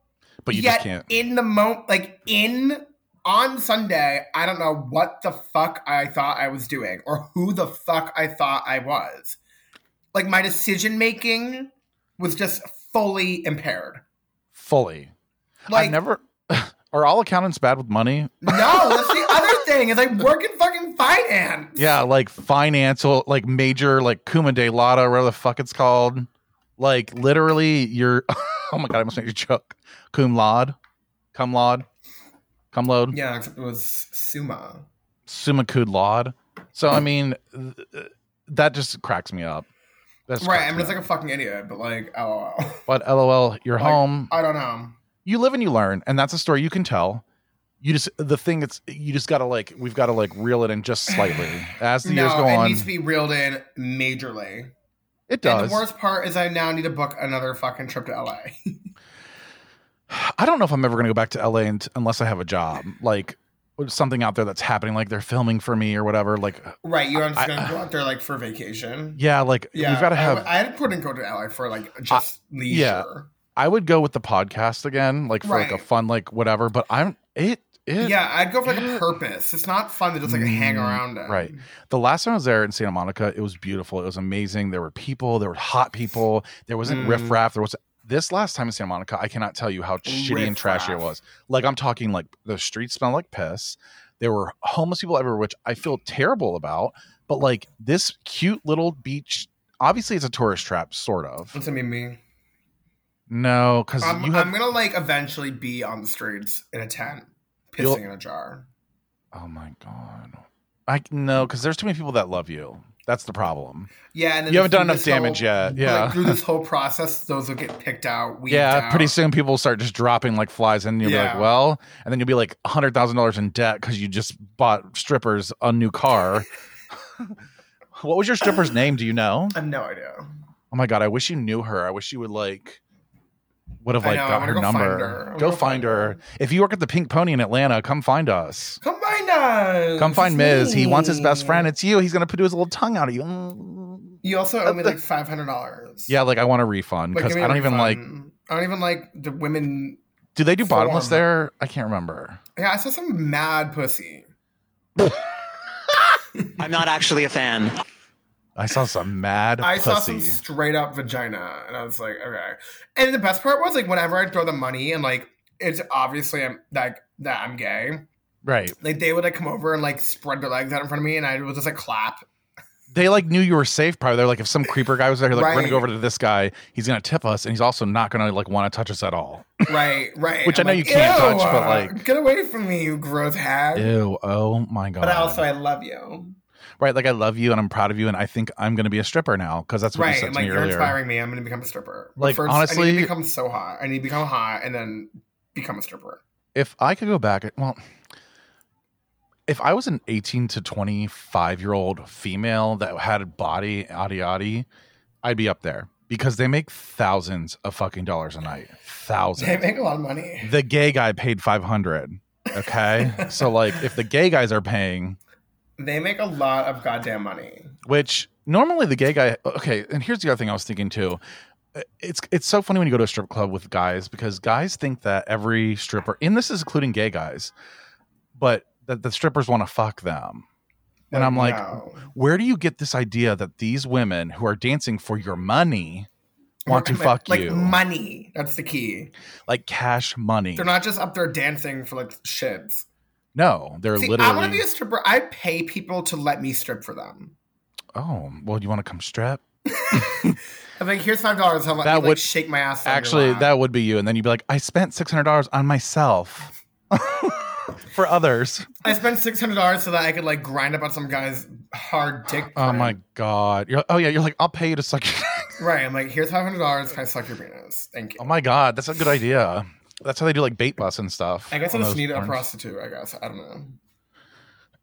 A: but you
B: yet
A: just can't.
B: in the moment, like in on Sunday, I don't know what the fuck I thought I was doing or who the fuck I thought I was. Like my decision making was just fully impaired.
A: fully.
B: Like
A: I've never. Are all accountants bad with money?
B: no, that's the other thing. It's like work in fucking finance.
A: Yeah, like financial, like major, like Kuma de Lata, whatever the fuck it's called. Like literally, you're. Oh my god, I almost made you choke. Cum laude, cum laude, cum laude,
B: Yeah, except it was Suma.
A: summa cum laude. So I mean, th- that just cracks me up. That's
B: right, I'm just like a fucking idiot, but like, oh,
A: But lol, you're
B: Like-
A: home.
B: I don't know.
A: you live and you learn and that's a story you can tell you just the thing it's you just gotta like we've gotta like reel it in just slightly as the
B: no,
A: years go
B: it
A: on
B: needs to be reeled in majorly.
A: it
B: And
A: does
B: the worst part is I now need to book another fucking trip to LA.
A: i don't know if i'm ever gonna go back to la and, unless i have a job like or something out there that's happening like they're filming for me or whatever like
B: right, you're just
A: I-
B: gonna go out there like for vacation.
A: yeah like
B: Yeah,
A: we've gotta
B: I-
A: have
B: I, had couldn't go to LA for like just leisure.
A: yeah. I would go with the podcast again like for like
B: Right.
A: a fun like whatever but i'm it it
B: Yeah, I'd go for like a purpose. It's not fun to just like hang
A: Mm,
B: around. In.
A: right. The last time I was there in Santa Monica, it was beautiful. It was amazing. There were people. There were hot people. There wasn't
B: Mm.
A: riffraff. There was this last time in Santa Monica. I cannot tell you how shitty and trashy it
B: Riffraff.
A: was. Like I'm talking like the streets smell like piss. There were homeless people everywhere, which I feel terrible about. But like this cute little beach, obviously it's a tourist trap, sort of.
B: That's gonna be me.
A: No, because
B: I'm,
A: you have.
B: I'm gonna like eventually be on the streets in a tent, pissing
A: You'll-
B: in a jar.
A: oh my god. I no, because there's too many people that love you. That's the problem.
B: Yeah, and then
A: You haven't
B: through
A: done enough
B: this
A: damage
B: whole-
A: yet.
B: like,
A: Yeah.
B: through this whole process, those will get picked out. Weeded
A: yeah, pretty
B: out.
A: soon people will start just dropping like flies, and you'll be like,
B: Yeah.
A: "Well," and then you'll be like hundred thousand dollars in debt because you just bought strippers a new car. what was your stripper's name? Do you know?
B: I have no idea.
A: Oh my god, I wish you knew her. I wish you would like would have
B: I
A: like
B: know, I
A: got
B: wanna
A: her
B: go find
A: number.
B: her. I
A: Go
B: wanna go
A: find
B: find
A: her.
B: her.
A: If you work at the Pink Pony in Atlanta, come find us.
B: Come find us.
A: Come find
B: It's
A: Miz. He wants his
B: me.
A: best friend. It's you. He's gonna put his little tongue out at you. Mm.
B: You also owe me like five hundred dollars.
A: Yeah, like I want a refund because I don't even like.
B: I don't even like the women.
A: Do they do
B: Form.
A: bottomless there? I can't remember.
B: Yeah, I saw some mad pussy.
D: I'm not actually a fan.
A: I saw some mad
B: I
A: pussy.
B: saw some straight up vagina, and I was like, okay. And the best part was like whenever I throw the money, and like it's obviously I'm like that I'm gay.
A: Right.
B: Like they would like come over and like spread their legs out in front of me, and I would just like clap.
A: They like knew you were safe. Probably they're like, if some creeper guy was there, like, we're gonna
B: Right.
A: go over to this guy. He's gonna tip us, and he's also not gonna like want to touch us at all.
B: Right, right.
A: Which I know
B: like,
A: you can't
B: "Ew,
A: touch, but, like-
B: get away from me, you gross hag.
A: Ew. Oh my god.
B: But also, I love you.
A: right. Like I love you, and I'm proud of you, and I think I'm gonna be a stripper now because that's what you
B: Right,
A: said
B: and
A: to
B: like
A: me
B: you're
A: earlier.
B: inspiring me. I'm gonna become a stripper. But
A: Like,
B: I need
A: honestly-
B: to become so hot. I need to become hot, and then become a stripper.
A: if I could go back, well, if I was an 18 to 25 year old female that had a body, yada yada, I'd be up there because they make thousands of fucking dollars a night.
B: They
A: Thousands.
B: make a lot of money.
A: the gay guy paid 500. Okay. so, like, if the gay guys are paying,
B: They make a lot of goddamn money.
A: which normally the gay guy okay and here's the other thing i was thinking too Uh, it's it's so funny when you go to a strip club with guys because guys think that every stripper and this is including gay guys but that the strippers want to fuck them and i'm like
B: no.
A: where do you get this idea that these women who are dancing for your money want to
B: Like-
A: fuck
B: like
A: you
B: money. That's the key.
A: like cash money
B: They're not just up there dancing for like shits.
A: no they're
B: See, I want to
A: literally
B: be a stripper. I pay people to let me strip for them.
A: oh well you want to come strip
B: I'm like, here's five dollars. I'll let
A: That
B: you, like,
A: would-
B: shake my ass. on your
A: Actually,
B: lap.
A: that would be you. And then you'd be like, I spent $600 on myself for others.
B: I spent six hundred dollars so that I could like grind up on some guy's hard dick.
A: Oh
B: print.
A: my God. You're, oh, yeah. You're like, I'll pay you to suck. Your-.
B: Right, I'm like, here's five hundred dollars. Can I suck your penis? Thank you.
A: oh my God. That's a good idea. That's how they do like bait bus and stuff.
B: I guess I
A: on
B: just
A: those
B: need a
A: porns.
B: prostitute. I guess I don't know.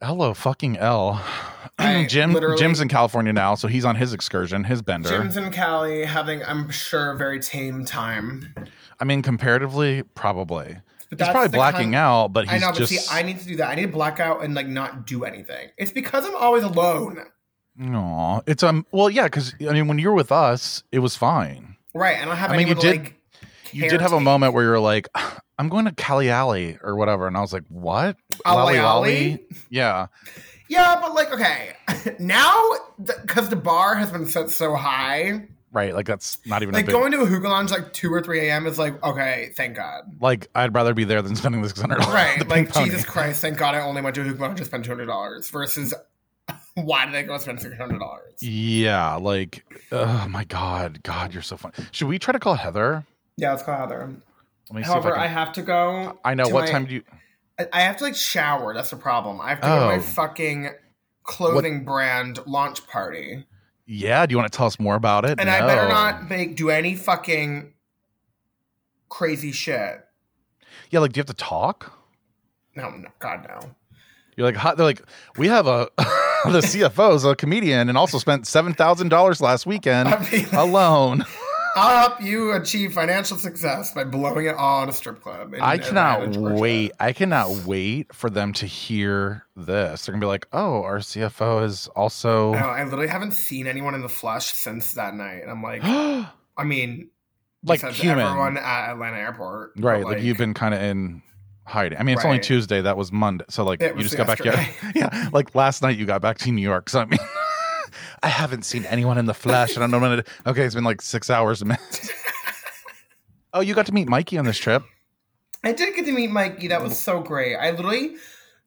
A: Hello, fucking L.
B: I
A: Jim,
B: literally-
A: Jim's in California now, so he's on his excursion, his bender.
B: Jim's and Callie having, I'm sure, a very tame time.
A: I mean, comparatively, probably.
B: But
A: he's probably
B: the
A: blacking
B: kind-
A: out, but he's
B: I know, but
A: just.
B: see, I need to do that. I need to black out and like not do anything. It's because I'm always alone,
A: Aw, it's um. Well, yeah, because I mean, when you were with us, it was fine.
B: right? I don't have
A: I mean,
B: anyone
A: you
B: to,
A: did-
B: like.
A: you did have a
B: caretake.
A: moment where you were like, I'm going to Cali Alley or whatever. And I was like, what? Lolly
B: Ollie Ollie?
A: Ollie? Yeah.
B: Yeah, but like, okay, now because the bar has been set so high,
A: Right. Like, that's not even
B: like
A: a big,
B: going to a hookah lounge like two or three a.m. is like, okay, thank God.
A: like, I'd rather be there than spending the $600. on
B: Right.
A: the Pink
B: like,
A: Pony.
B: Jesus Christ, thank God I only went to a hookah lounge to spend $200 versus why did I go spend $600?
A: Yeah. Like, oh my God. God, you're so funny. Should we try to call Heather?
B: Yeah, let's call Heather.
A: Let me
B: However,
A: see if
B: I,
A: I can.
B: have to go.
A: I, know.
B: to
A: What
B: my-
A: time do you.
B: I- I have to like shower. That's the problem. I have to go to
A: Oh.
B: my fucking clothing brand launch party.
A: Yeah. Do you want to tell us more about it?
B: And I better
A: No.
B: not make, do any fucking crazy shit.
A: Yeah. Like, do you have to talk?
B: No, no God, no.
A: You're like, hot. They're like, we have a. the CFO's a comedian and also spent $7,000 last weekend
B: I mean,
A: alone.
B: I'll help you achieve financial success by blowing it all at a strip club. in
A: I
B: Atlanta,
A: cannot
B: Georgia.
A: wait. I cannot wait for them to hear this. They're gonna be like, "Oh, our CFO is
B: No,
A: also
B: I literally haven't seen anyone in the flesh since that night. And I'm like,
A: like
B: I mean, besides
A: human,
B: everyone at Atlanta Airport, but,
A: right?" Like, you've been kind of in hiding. I mean, it's only
B: Right.
A: Tuesday. That was Monday, so like
B: It
A: you
B: was
A: just got back. Yeah,
B: yesterday.
A: yeah. Like last night, you got back to New York. So I mean, I haven't seen anyone in the flesh. I don't know when it. Okay, it's been like six hours. oh, you got to meet Mikey on this trip.
B: I did get to meet Mikey. That was so great. I literally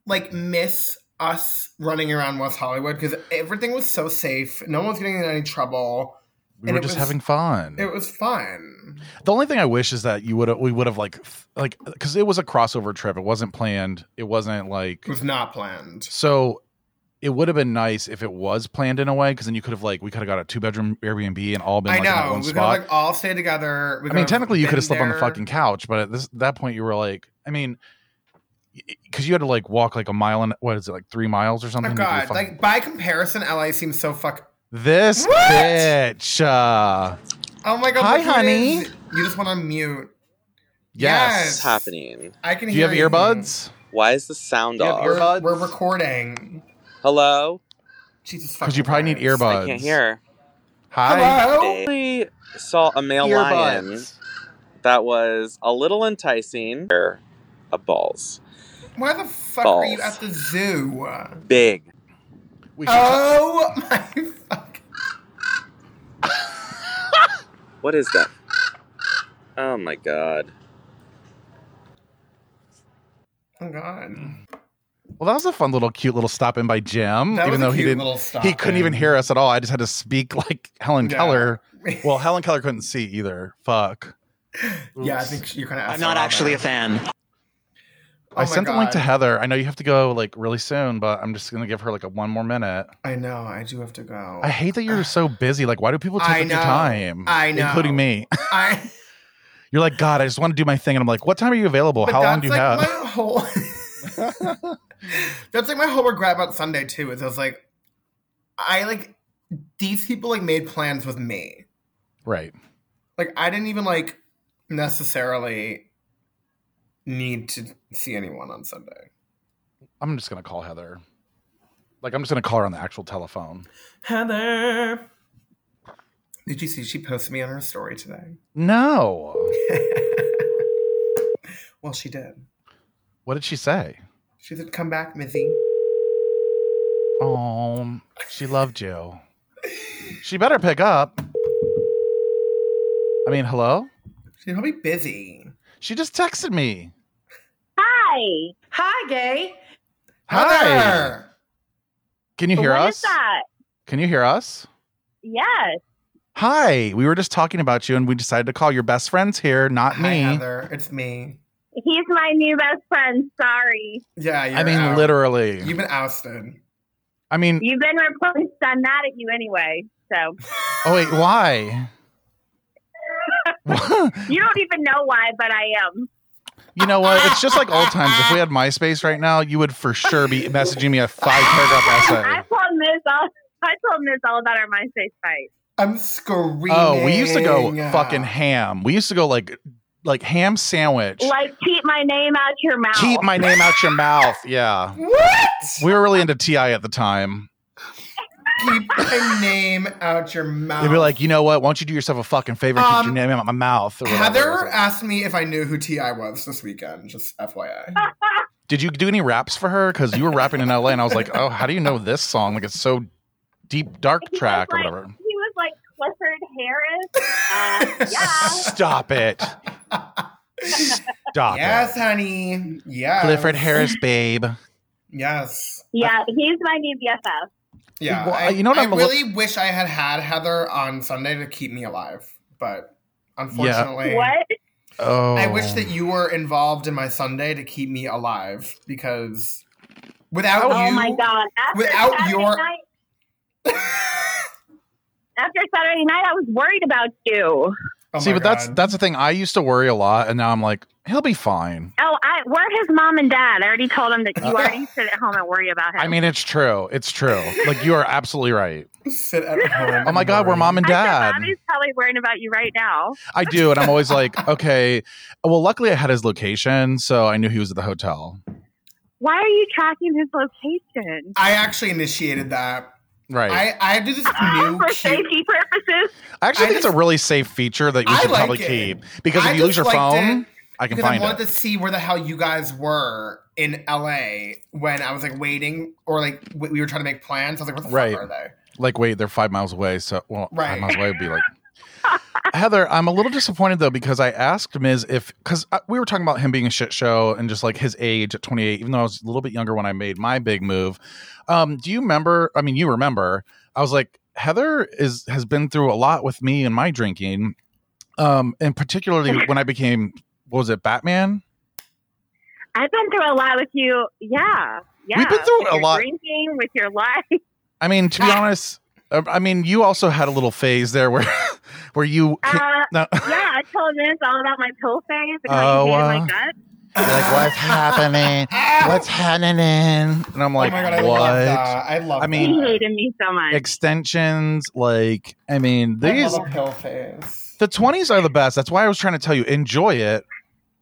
B: like miss us running around West Hollywood because everything was so safe. No one was getting in any trouble.
A: We
B: And
A: were
B: it
A: just
B: was-
A: having fun.
B: It was fun.
A: The only thing I wish is that you would have we would have like th- like because it was a crossover trip. It wasn't planned. It wasn't like
B: It was not planned.
A: so. It would have been nice if it was planned in a way because then you could have like we could have got a two bedroom Airbnb and all been
B: I
A: like in that
B: know.
A: one
B: We could
A: spot.
B: like all stay together. We
A: I mean,
B: could've
A: technically you
B: been
A: could have slept on the
B: there.
A: fucking couch, but at this that point you were like, I mean, because you had to like walk like a mile and what is it like three miles or something?
B: Oh
A: to do the
B: god!
A: fucking-
B: Like by comparison, LA seems so fuck.
A: this
B: What?
A: bitch. Uh,
B: Oh my god!
A: Hi,
B: look who it
A: honey.
B: is. You just want to mute.
A: yes.
B: Yes.
D: What's happening?
B: I can
A: Do you
B: hear
A: have earbuds?
D: Why is the sound
A: You have
D: off?
A: ear-
B: We're,
A: Earbuds?
B: we're recording.
D: Hello?
B: Jesus fucking
A: Because you probably need
B: Christ.
A: earbuds.
D: I can't hear.
A: Hi.
B: Hello?
D: I saw a male lion
A: Earbuds.
D: that was a little enticing. Or A balls.
B: Why the fuck are you
D: Balls.
B: at the zoo?
D: Big.
A: We should
B: Oh my fuck.
D: What is that? Oh my god.
B: Oh god.
A: Well, that was a fun little, cute little stop in by Jim,
B: That
A: even
B: was
A: though
B: a
A: he
B: cute
A: didn't.
B: little stop.
A: He couldn't even hear us at all. I just had to speak like Helen
B: Yeah.
A: Keller. Well, Helen Keller couldn't see either. Fuck.
B: yeah, I
A: Oops.
B: think oh you kind of.
E: I'm not actually a fan.
A: I sent the link to Heather. I know you have to go like really soon, but I'm just gonna give her like a one more minute.
B: I know. I do have to go.
A: I hate that you're so busy. Like, why do people take
B: I
A: up your
B: know.
A: time?
B: I know.
A: including me.
B: I
A: You're like, God, I just want to do my thing. And I'm like, what time are you available?
B: But
A: How long do you
B: that's, like
A: have?
B: My whole that's like my whole regret about Sunday too. Is I was like, I like these people like made plans with me.
A: right.
B: Like I didn't even like necessarily need to see anyone on Sunday.
A: I'm just going to call Heather. Like, I'm just going to call her on the actual telephone.
B: Heather, did you see she posted me on her story today?
A: No.
B: well, she did.
A: What did she say?
B: She said, "Come back, Missy."
A: Oh, she loved you. She better pick up. I mean, hello?
B: She's probably busy.
A: She just texted me.
E: Hi.
F: Hi, gay.
A: Hi.
B: Heather!
A: Can you hear
E: What
A: us?
E: is that?
A: Can you hear us?
E: Yes.
A: Hi. We were just talking about you and we decided to call your best friends here, not
B: Hi,
A: me.
B: Heather. It's me.
E: He's my new best friend. Sorry.
B: Yeah, you're
A: I mean,
B: out.
A: literally.
B: You've been ousted.
A: I mean,
E: You've been replaced. I'm mad at you anyway. So
A: oh, wait, why?
E: you don't even know why, but I am.
A: you know what? It's just like old times. If we had MySpace right now, you would for sure be messaging me a five paragraph
E: I
A: essay.
E: told Miz all. I told Miz all about our MySpace fight.
B: I'm screaming.
A: Oh, we used to go fucking ham. We used to go like like ham sandwich.
E: Like keep my name out your mouth.
A: Keep my name out your mouth. Yeah.
B: What?
A: We were really into TI at the time.
B: Keep my name out your mouth.
A: They'd be like, you know what? Why don't you do yourself a fucking favor and keep
B: Um,
A: your name out my mouth? Or whatever. It was
B: Heather
A: like-
B: asked me if I knew who T.I. was this weekend, just FYI.
A: Did you do any raps for her? Because you were rapping in LA, and I was like, oh, how do you know this song? Like, it's so deep, dark
E: He was
A: track or
E: like-
A: whatever.
E: He was like Clifford Harris. Uh, yeah.
A: Stop it. Stop
B: yes,
A: it.
B: honey. Yes.
A: Clifford Harris, babe.
B: Yes.
E: Yeah. He's my new BFF.
B: Yeah.
A: Well, uh,
B: I,
A: you know what
B: I
A: I'm a li-
B: really wish I had had Heather on Sunday to keep me alive, but unfortunately.
E: What?
A: Oh,
B: I wish that you were involved in my Sunday to keep me alive because without
E: Oh
B: you,
E: my god! After
B: without
E: Saturday
B: your-
E: night, after Saturday night, I was worried about you.
B: Oh
A: See,
B: my
A: but that's
B: God.
A: that's the thing. I used to worry a lot, and now I'm like, he'll be fine.
E: Oh, I, we're his mom and dad. I already told him that you already sit at home and worry about him.
A: Uh, I mean, it's true. It's true. Like, you are absolutely right.
B: sit at home.
A: Oh my
B: and
A: God, we're
B: worry.
A: mom and
E: I
A: dad.
E: said, Bobby's probably worrying about you right now.
A: I do, and I'm always like, okay. Well, luckily I had his location, so I knew he was at the hotel.
E: Why are you tracking his location?
B: I actually initiated that.
A: Right.
B: I I do this new
E: For
B: cute.
E: safety purposes,
A: I actually
B: I
A: think it's
B: just-
A: a really safe feature that you
B: I
A: should
B: like
A: probably
B: it.
A: keep because
B: I
A: if you lose your
B: just liked
A: phone,
B: it
A: I can
B: Because I
A: find
B: wanted
A: it.
B: to see where the hell you guys were in LA when I was like waiting or like we we were trying to make plans. I was like, where the
A: Right.
B: fuck are they?
A: Like, wait, they're five miles away. So, well, five
B: Right.
A: miles away would be like. Heather, I'm a little disappointed though because I asked Ms. if because we were talking about him being a shit show and just like his age at 28, even though I was a little bit younger when I made my big move. Um, do you remember? I mean, you remember? I was like, Heather is has been through a lot with me and my drinking, um, and particularly when I became what was it, Batman?
E: I've been through a lot with you. Yeah, yeah.
A: We've been through
E: With
A: a
E: your
A: lot.
E: Drinking with your life.
A: I mean, to be honest, um, I I mean, you also had a little phase there where where you.
E: Uh,
A: no.
E: yeah, I told him all about my pill phase and how
A: Oh,
E: you hated
A: uh,
E: my gut.
A: You're like, what's happening?
B: Ah!
A: What's happening? And I'm like,
B: oh my god, I
A: what?
B: love that. I love.
A: I mean-
E: He
B: that.
E: hated me so much.
A: Extensions, like, I mean,
B: I
A: these
B: love a pill face.
A: the 20s are the best. That's why I was trying to tell you, enjoy it.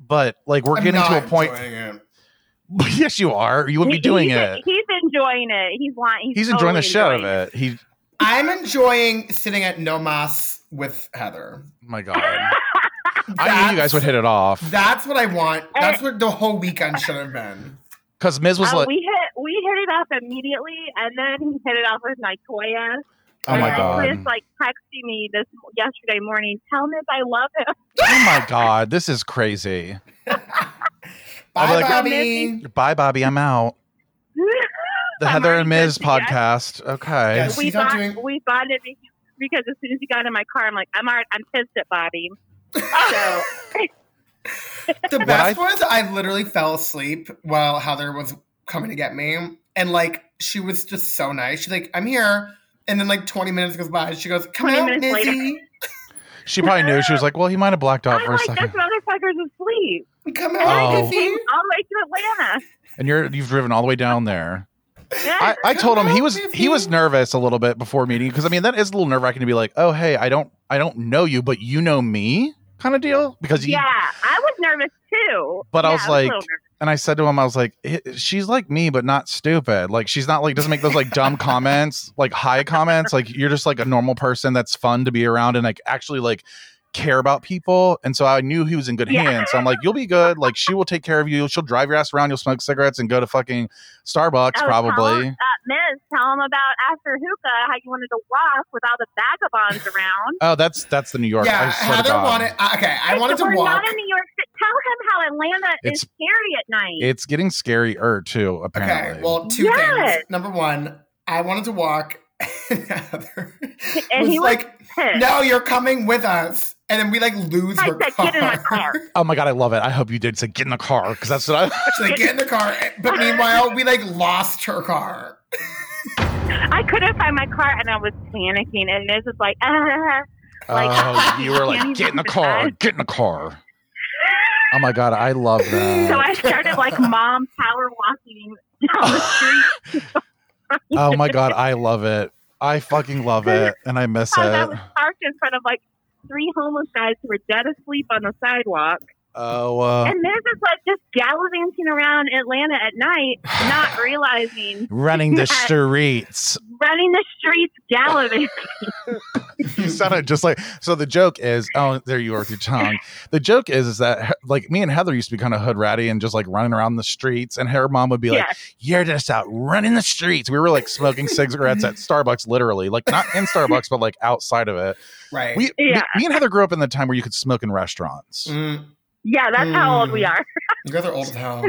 A: But like, we're
B: I'm
A: getting to a
B: not
A: point.
B: enjoying it.
A: yes, you are. You would be
E: He-
A: doing
E: he's,
A: it.
E: He's enjoying it. He's want. He's,
A: He's enjoying the
E: totally
A: shit out of
E: enjoying
A: it. He,
B: I'm enjoying sitting at No Mas with Heather.
A: my God. I knew you guys would hit it off
B: That's what I want. That's what the whole weekend should have been.
A: because Miz was
E: Uh,
A: like,
E: we hit we hit it off immediately, and then he hit it off with Nitoya.
A: oh my
E: And Chris
A: God.
E: like texting me this yesterday morning. Tell him I love him.
A: Oh my God. This is crazy. I'll be
B: Bye,
A: like-
B: Bobby.
A: Bye, Bobby. I'm out. The
E: I'm
A: Heather and
E: already
A: Miz
E: good to go.
A: podcast. Okay.
B: Yes.
E: we
B: She's not
E: bond,
B: doing-
E: we bonded be- because as soon as he got in my car, I'm like, I'm alright. I'm pissed at Bobby. So
B: The
A: What
B: best was I literally fell asleep while Heather was coming to get me, and like she was just so nice. She's like, "I'm here," and then like 20 minutes goes by. She goes, "Come
E: 20
B: out,
E: minutes later.
B: Mizzy."
A: She probably knew. She was like, well, he might have blacked out
E: I'm
A: for a
E: like,
A: second.
E: this motherfucker's asleep.
B: Come
E: And
A: Oh.
E: I
B: out,
E: just came
B: Izzy.
E: all the way to Atlanta.
A: And you're you've driven all the way down there.
E: Yeah.
A: I, I told him he was
B: Hello,
A: he was
B: Izzy.
A: nervous a little bit before meeting because I mean that is a little nerve wracking to be like, oh hey, I don't I don't know you, but you know me kind of deal because you,
E: yeah, I was nervous too.
A: But I
E: Yeah,
A: was
E: a
A: like-
E: little nervous.
A: And I said to him, I was like, "I- she's like me, but not stupid. Like she's not like doesn't make those like dumb comments, like high comments. Like you're just like a normal person that's fun to be around and like actually like care about people. And so I knew he was in good
E: Yeah.
A: hands. So I'm like, you'll be good. Like she will take care of you. She'll drive your ass around. You'll smoke cigarettes and go to fucking Starbucks
E: Oh, Tell
A: probably.
E: him, uh, Miz, tell him about after hookah how you wanted to walk with all the vagabonds around.
A: Oh, that's that's the New York.
B: Yeah,
A: I swear to
B: Heather
A: God.
B: wanted. I- Okay, Uh, I wanted to
E: We're
B: walk.
E: not in New York City. Tell him how Atlanta
A: It's-
E: is scary at night.
A: It's getting scarier too. Apparently,
B: Okay, well, two
E: Yes.
B: things. Number one, I wanted to walk. and Heather
E: and
B: was
E: he was
B: like,
E: pissed.
B: "No, you're coming with us." And then we like lose
E: I
B: her
E: said,
B: car.
E: "Get in my car."
A: oh my god, I love it. I hope you did. Say get in the car because that's what I.
B: She's like, "Get in the car," but meanwhile, we like lost her car.
E: I couldn't find my car and I was panicking. And Miz was like, uh, Like,
A: oh, you were like,
E: can't
A: get in the
E: even
A: car,
E: decide.
A: get in the car. Oh my god, I love
E: so
A: that.
E: I started like mom power walking down the street.
A: Oh my god, I love it. I fucking love it, and I miss
E: Because I
A: it.
E: was parked in front of like three homeless guys who were dead asleep on the sidewalk.
A: Oh, uh,
E: And Miz is like just gallivanting around Atlanta at night, not realizing
A: running the
E: that-
A: streets.
E: running the streets gallivanting.
A: you sounded just like so the joke is oh there you are with your tongue the joke is is that like me and heather used to be kind of hood ratty and just like running around the streets and her mom would be like you're just out running the streets we were like smoking cigarettes at starbucks literally like not in starbucks but like outside of it
B: Right.
A: we me-
E: Yeah.
A: me, and heather grew up in the time where you could smoke in restaurants
B: Mm,
E: yeah, that's how old we
A: "Hmm,
B: Mm.
E: are.
B: you guys are old as hell.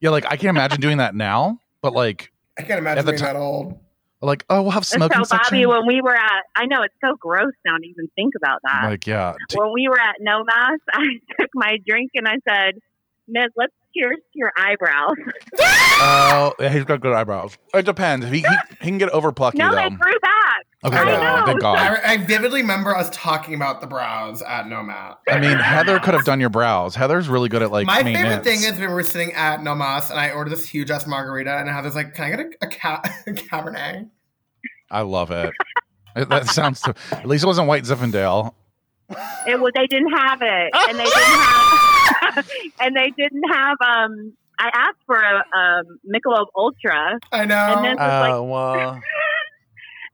A: yeah like i can't imagine doing that now but like
B: I can't
A: At
B: imagine
A: the
B: being
A: ti-
B: that old.
A: like oh we'll have
E: And
A: smoking
E: so, Bobby,
A: section
E: when we were at, I know it's so gross now to even think about that.
A: like yeah T-
E: when we were at No Mas, I took my drink and I said, Miz, let's cheers to your eyebrows.
A: oh yeah, he's got good eyebrows it depends he, he, he can get over plucky
E: no,
A: though
E: they grew back.
A: okay
B: I
A: good.
E: know.
A: thank god
B: I, I vividly remember us talking about the brows at Nomad.
A: I mean, Heather could have done your brows. Heather's really good at like
B: My favorite
A: maintenance.
B: thing is when we were sitting at Nomas and I ordered this huge ass margarita and Heather's like, "Can I get a, a, ca- a cabernet?"
A: I love it. It- that sounds. At least it wasn't White Zinfandel.
E: It was they didn't have it, and they didn't have, and they didn't have. Um, I asked for a um, Michelob Ultra.
B: I
E: And
B: know.
E: then- like-
A: Uh, well,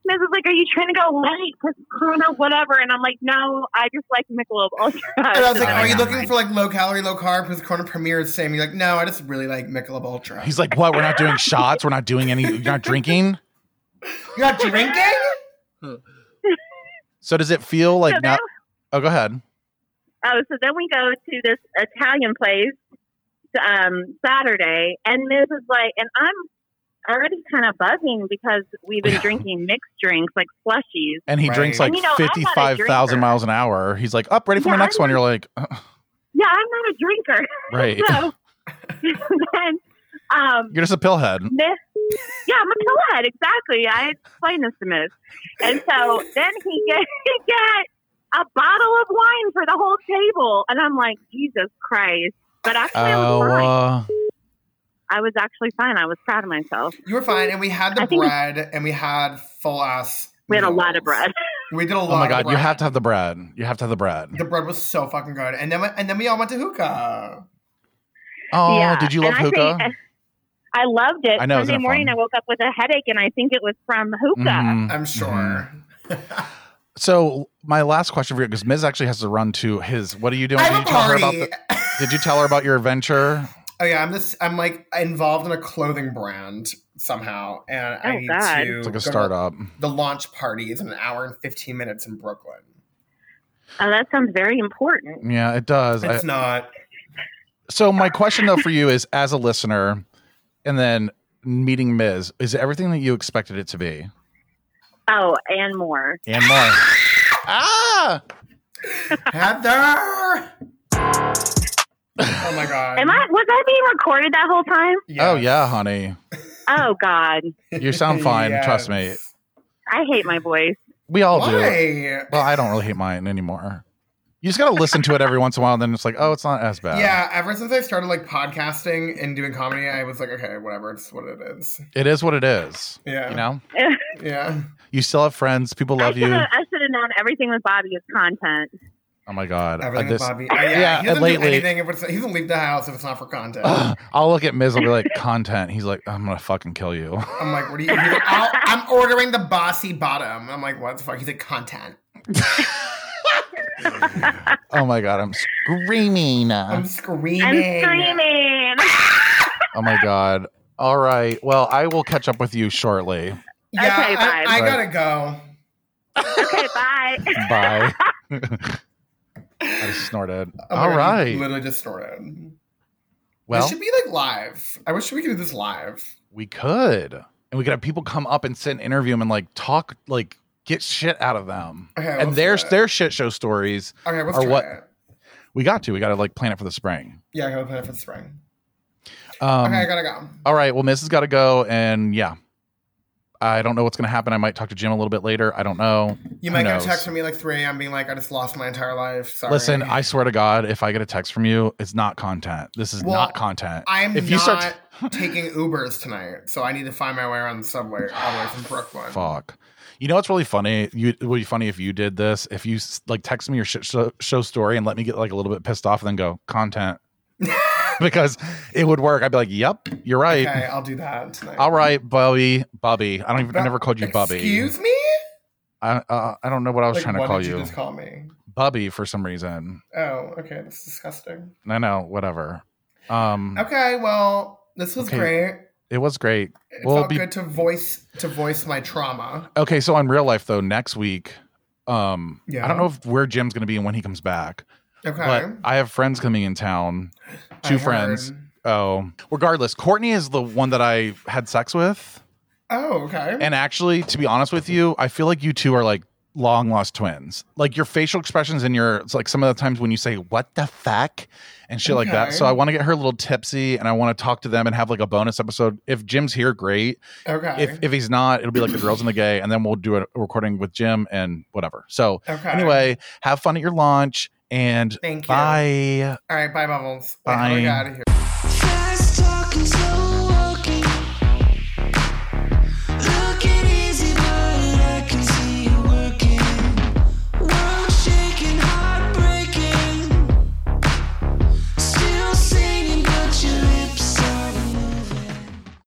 E: Miz was like, "Are you trying to go light? Cause Corona, whatever." And I'm like, "No, I just like Michelob Ultra."
B: And I was like,
A: Oh,
B: "Are you
A: yeah.
B: looking for like low calorie, low carb?" Because Corner Premier is saying, "You're like, no, I just really like Michelob Ultra."
A: he's like, "What? We're not doing shots. We're not doing any. You're not drinking."
B: You're not drinking?
A: So does it feel like
E: so
A: now? Oh, go ahead.
E: then, oh, so then we go to this Italian place um, Saturday, and Miz is like, and I'm already kind of buzzing because we've been drinking mixed drinks like slushies.
A: And he
B: Right.
A: drinks like
E: You know, I'm not a
A: fifty-five thousand
E: drinker.
A: miles an hour. He's like, "Up, ready for my
E: Yeah,
A: next one." You're like, uh,
E: Yeah, I'm not a drinker,
A: "Right,
E: so then. Um,
A: you're just a pillhead."
E: Miss, yeah, I'm a pillhead. Exactly. I explained this to Miss. And so then he get, he get a bottle of wine for the whole table. And I'm like, Jesus Christ. But actually, I was
A: Oh,
E: fine.
A: uh,
E: I was actually fine. I was proud of myself.
B: You were fine, and we had the
E: I think-
B: bread, and we had full ass.
E: We had a lot
B: meals.
E: of bread.
B: We did a lot.
A: oh my
B: of
A: god, you
B: bread.
A: have to have the bread. You have to have the bread.
B: The bread was so fucking good, and then we- and then we all went to hookah.
A: Oh,
E: yeah.
A: did you love
E: And I
A: hookah?
E: think- I loved it.
A: I know, isn't
E: Sunday
A: it
E: morning,
A: fun?
E: I woke up with a headache, and I think it was from hookah.
A: Mhm.
B: I'm sure.
A: So my last question for you, because Miz actually has to run to his. What are you doing?
B: I
A: Did
B: have
A: you
B: a
A: tell her about
B: party.
A: the, Did you tell her about your adventure?
B: Oh yeah, I'm just I'm like involved in a clothing brand somehow, and I
E: Oh,
B: need
E: God.
B: to
A: It's like
B: go
A: a
B: to
A: startup.
B: The launch party is in an hour and fifteen minutes in Brooklyn.
E: Oh, that sounds very important.
A: Yeah, it does. I-
B: It's not.
A: so my question though for you is, as a listener, and then meeting Miz, is it everything that you expected it to be
E: Oh, and more.
A: and more? ah,
B: Heather. oh my god.
E: Am I? Was I being recorded that whole time?
A: oh yeah, honey,
E: Oh God,
A: you sound fine. Trust me,
B: Yes.
E: I hate my voice.
A: we all do.
B: Why?
A: Well, I don't really hate mine anymore. You just got to listen to it every once in a while, and then it's like, oh, it's not as bad.
B: yeah, ever since I started like podcasting and doing comedy, I was like, okay, whatever, it's what it is.
A: It is what it is.
B: Yeah.
A: You know,
B: Yeah.
A: you still have friends. People
E: I
A: love
E: should
A: you.
E: have known everything with Bobby is content.
A: Oh my God. Uh,
B: Everything
A: this-
B: with Bobby. Uh, yeah,
A: yeah,
B: he doesn't
A: and lately-
B: do anything if it's, he doesn't leave the house if it's not for content.
A: Ugh, I'll look at Miz. I'll be like, content. He's like, I'm gonna fucking kill you.
B: I'm like, what are you? He's like, I'll, I'm ordering the bossy bottom. I'm like, what the fuck? He's like, content.
A: oh my god, I'm screaming.
B: I'm screaming.
E: I'm screaming.
A: Oh my god. All right. Well, I will catch up with you shortly.
B: Yeah,
E: Okay,
B: I,
E: bye.
B: I
A: Bye.
B: gotta go.
E: okay, bye.
A: Bye. I snorted.
B: Oh my
A: All
B: God,
A: right.
B: you Literally just snorted.
A: Well,
B: this should be like live. I wish we could do this live.
A: we could, and we could have people come up and sit and interview them and like talk, like get shit out of them.
B: Okay,
A: and
B: let's
A: their
B: do it.
A: their shit show stories.
B: Okay, let's
A: or
B: try
A: what-
B: it.
A: We got to. We got to like plan it for the spring.
B: Yeah, I gotta plan it for the spring.
A: Um,
B: okay, I gotta go.
A: All right. Well, Miz has got to go, and yeah, I don't know what's going to happen. I might talk to Jim a little bit later. I don't know.
B: You
A: who
B: might get
A: knows?
B: a text from me like 3 a.m. being like, I just lost my entire life. Sorry.
A: Listen, I swear to God, if I get a text from you, it's not content. This is
B: Well,
A: not content.
B: I'm
A: if
B: not
A: you start-
B: taking Ubers tonight, so I need to find my way around the subway all the way from Brooklyn.
A: Fuck. You know what's really funny? You, it would be funny if you did this. If you s- like text me your shit show, show story and let me get like a little bit pissed off and then go content because it would work. I'd be like, "Yep, you're right.
B: Okay, I'll do that tonight.
A: All right, Bobby, Bobby. I don't even. I never called you Bobby.
B: Excuse me?
A: I uh, I don't know what I was
B: Like,
A: trying to
B: why
A: call
B: did
A: you,
B: just call me.
A: Bubby, for some reason.
B: Oh, okay. That's disgusting.
A: No, no, whatever. Um,
B: Okay, well, this was
A: Okay.
B: great.
A: it was great.
B: It
A: Well,
B: felt
A: be-
B: good to voice to voice my trauma.
A: Okay, so on real life though, next week, um, I
B: Yeah.
A: don't know if where Jim's gonna be and when he comes back,
B: Okay.
A: but I have friends coming in town.
B: I
A: Two
B: heard.
A: friends. Oh, regardless, Courtney is the one that I had sex with,
B: Oh, okay.
A: and actually, to be honest with you, I feel like you two are like long lost twins. Like your facial expressions and your it's like some of the times when you say "What the fuck" and shit like that.
B: Okay.
A: So I want to get her a little tipsy, and I want to talk to them and have like a bonus episode. If Jim's here, great.
B: okay.
A: if if he's not, it'll be like the girls and the gay, and then we'll do a recording with Jim and whatever. So
B: okay.
A: anyway, have fun at your launch and
B: Thank you.
A: bye.
B: All right. Bye, Bubbles.
A: Bye.
B: Wait, how do we get out of here?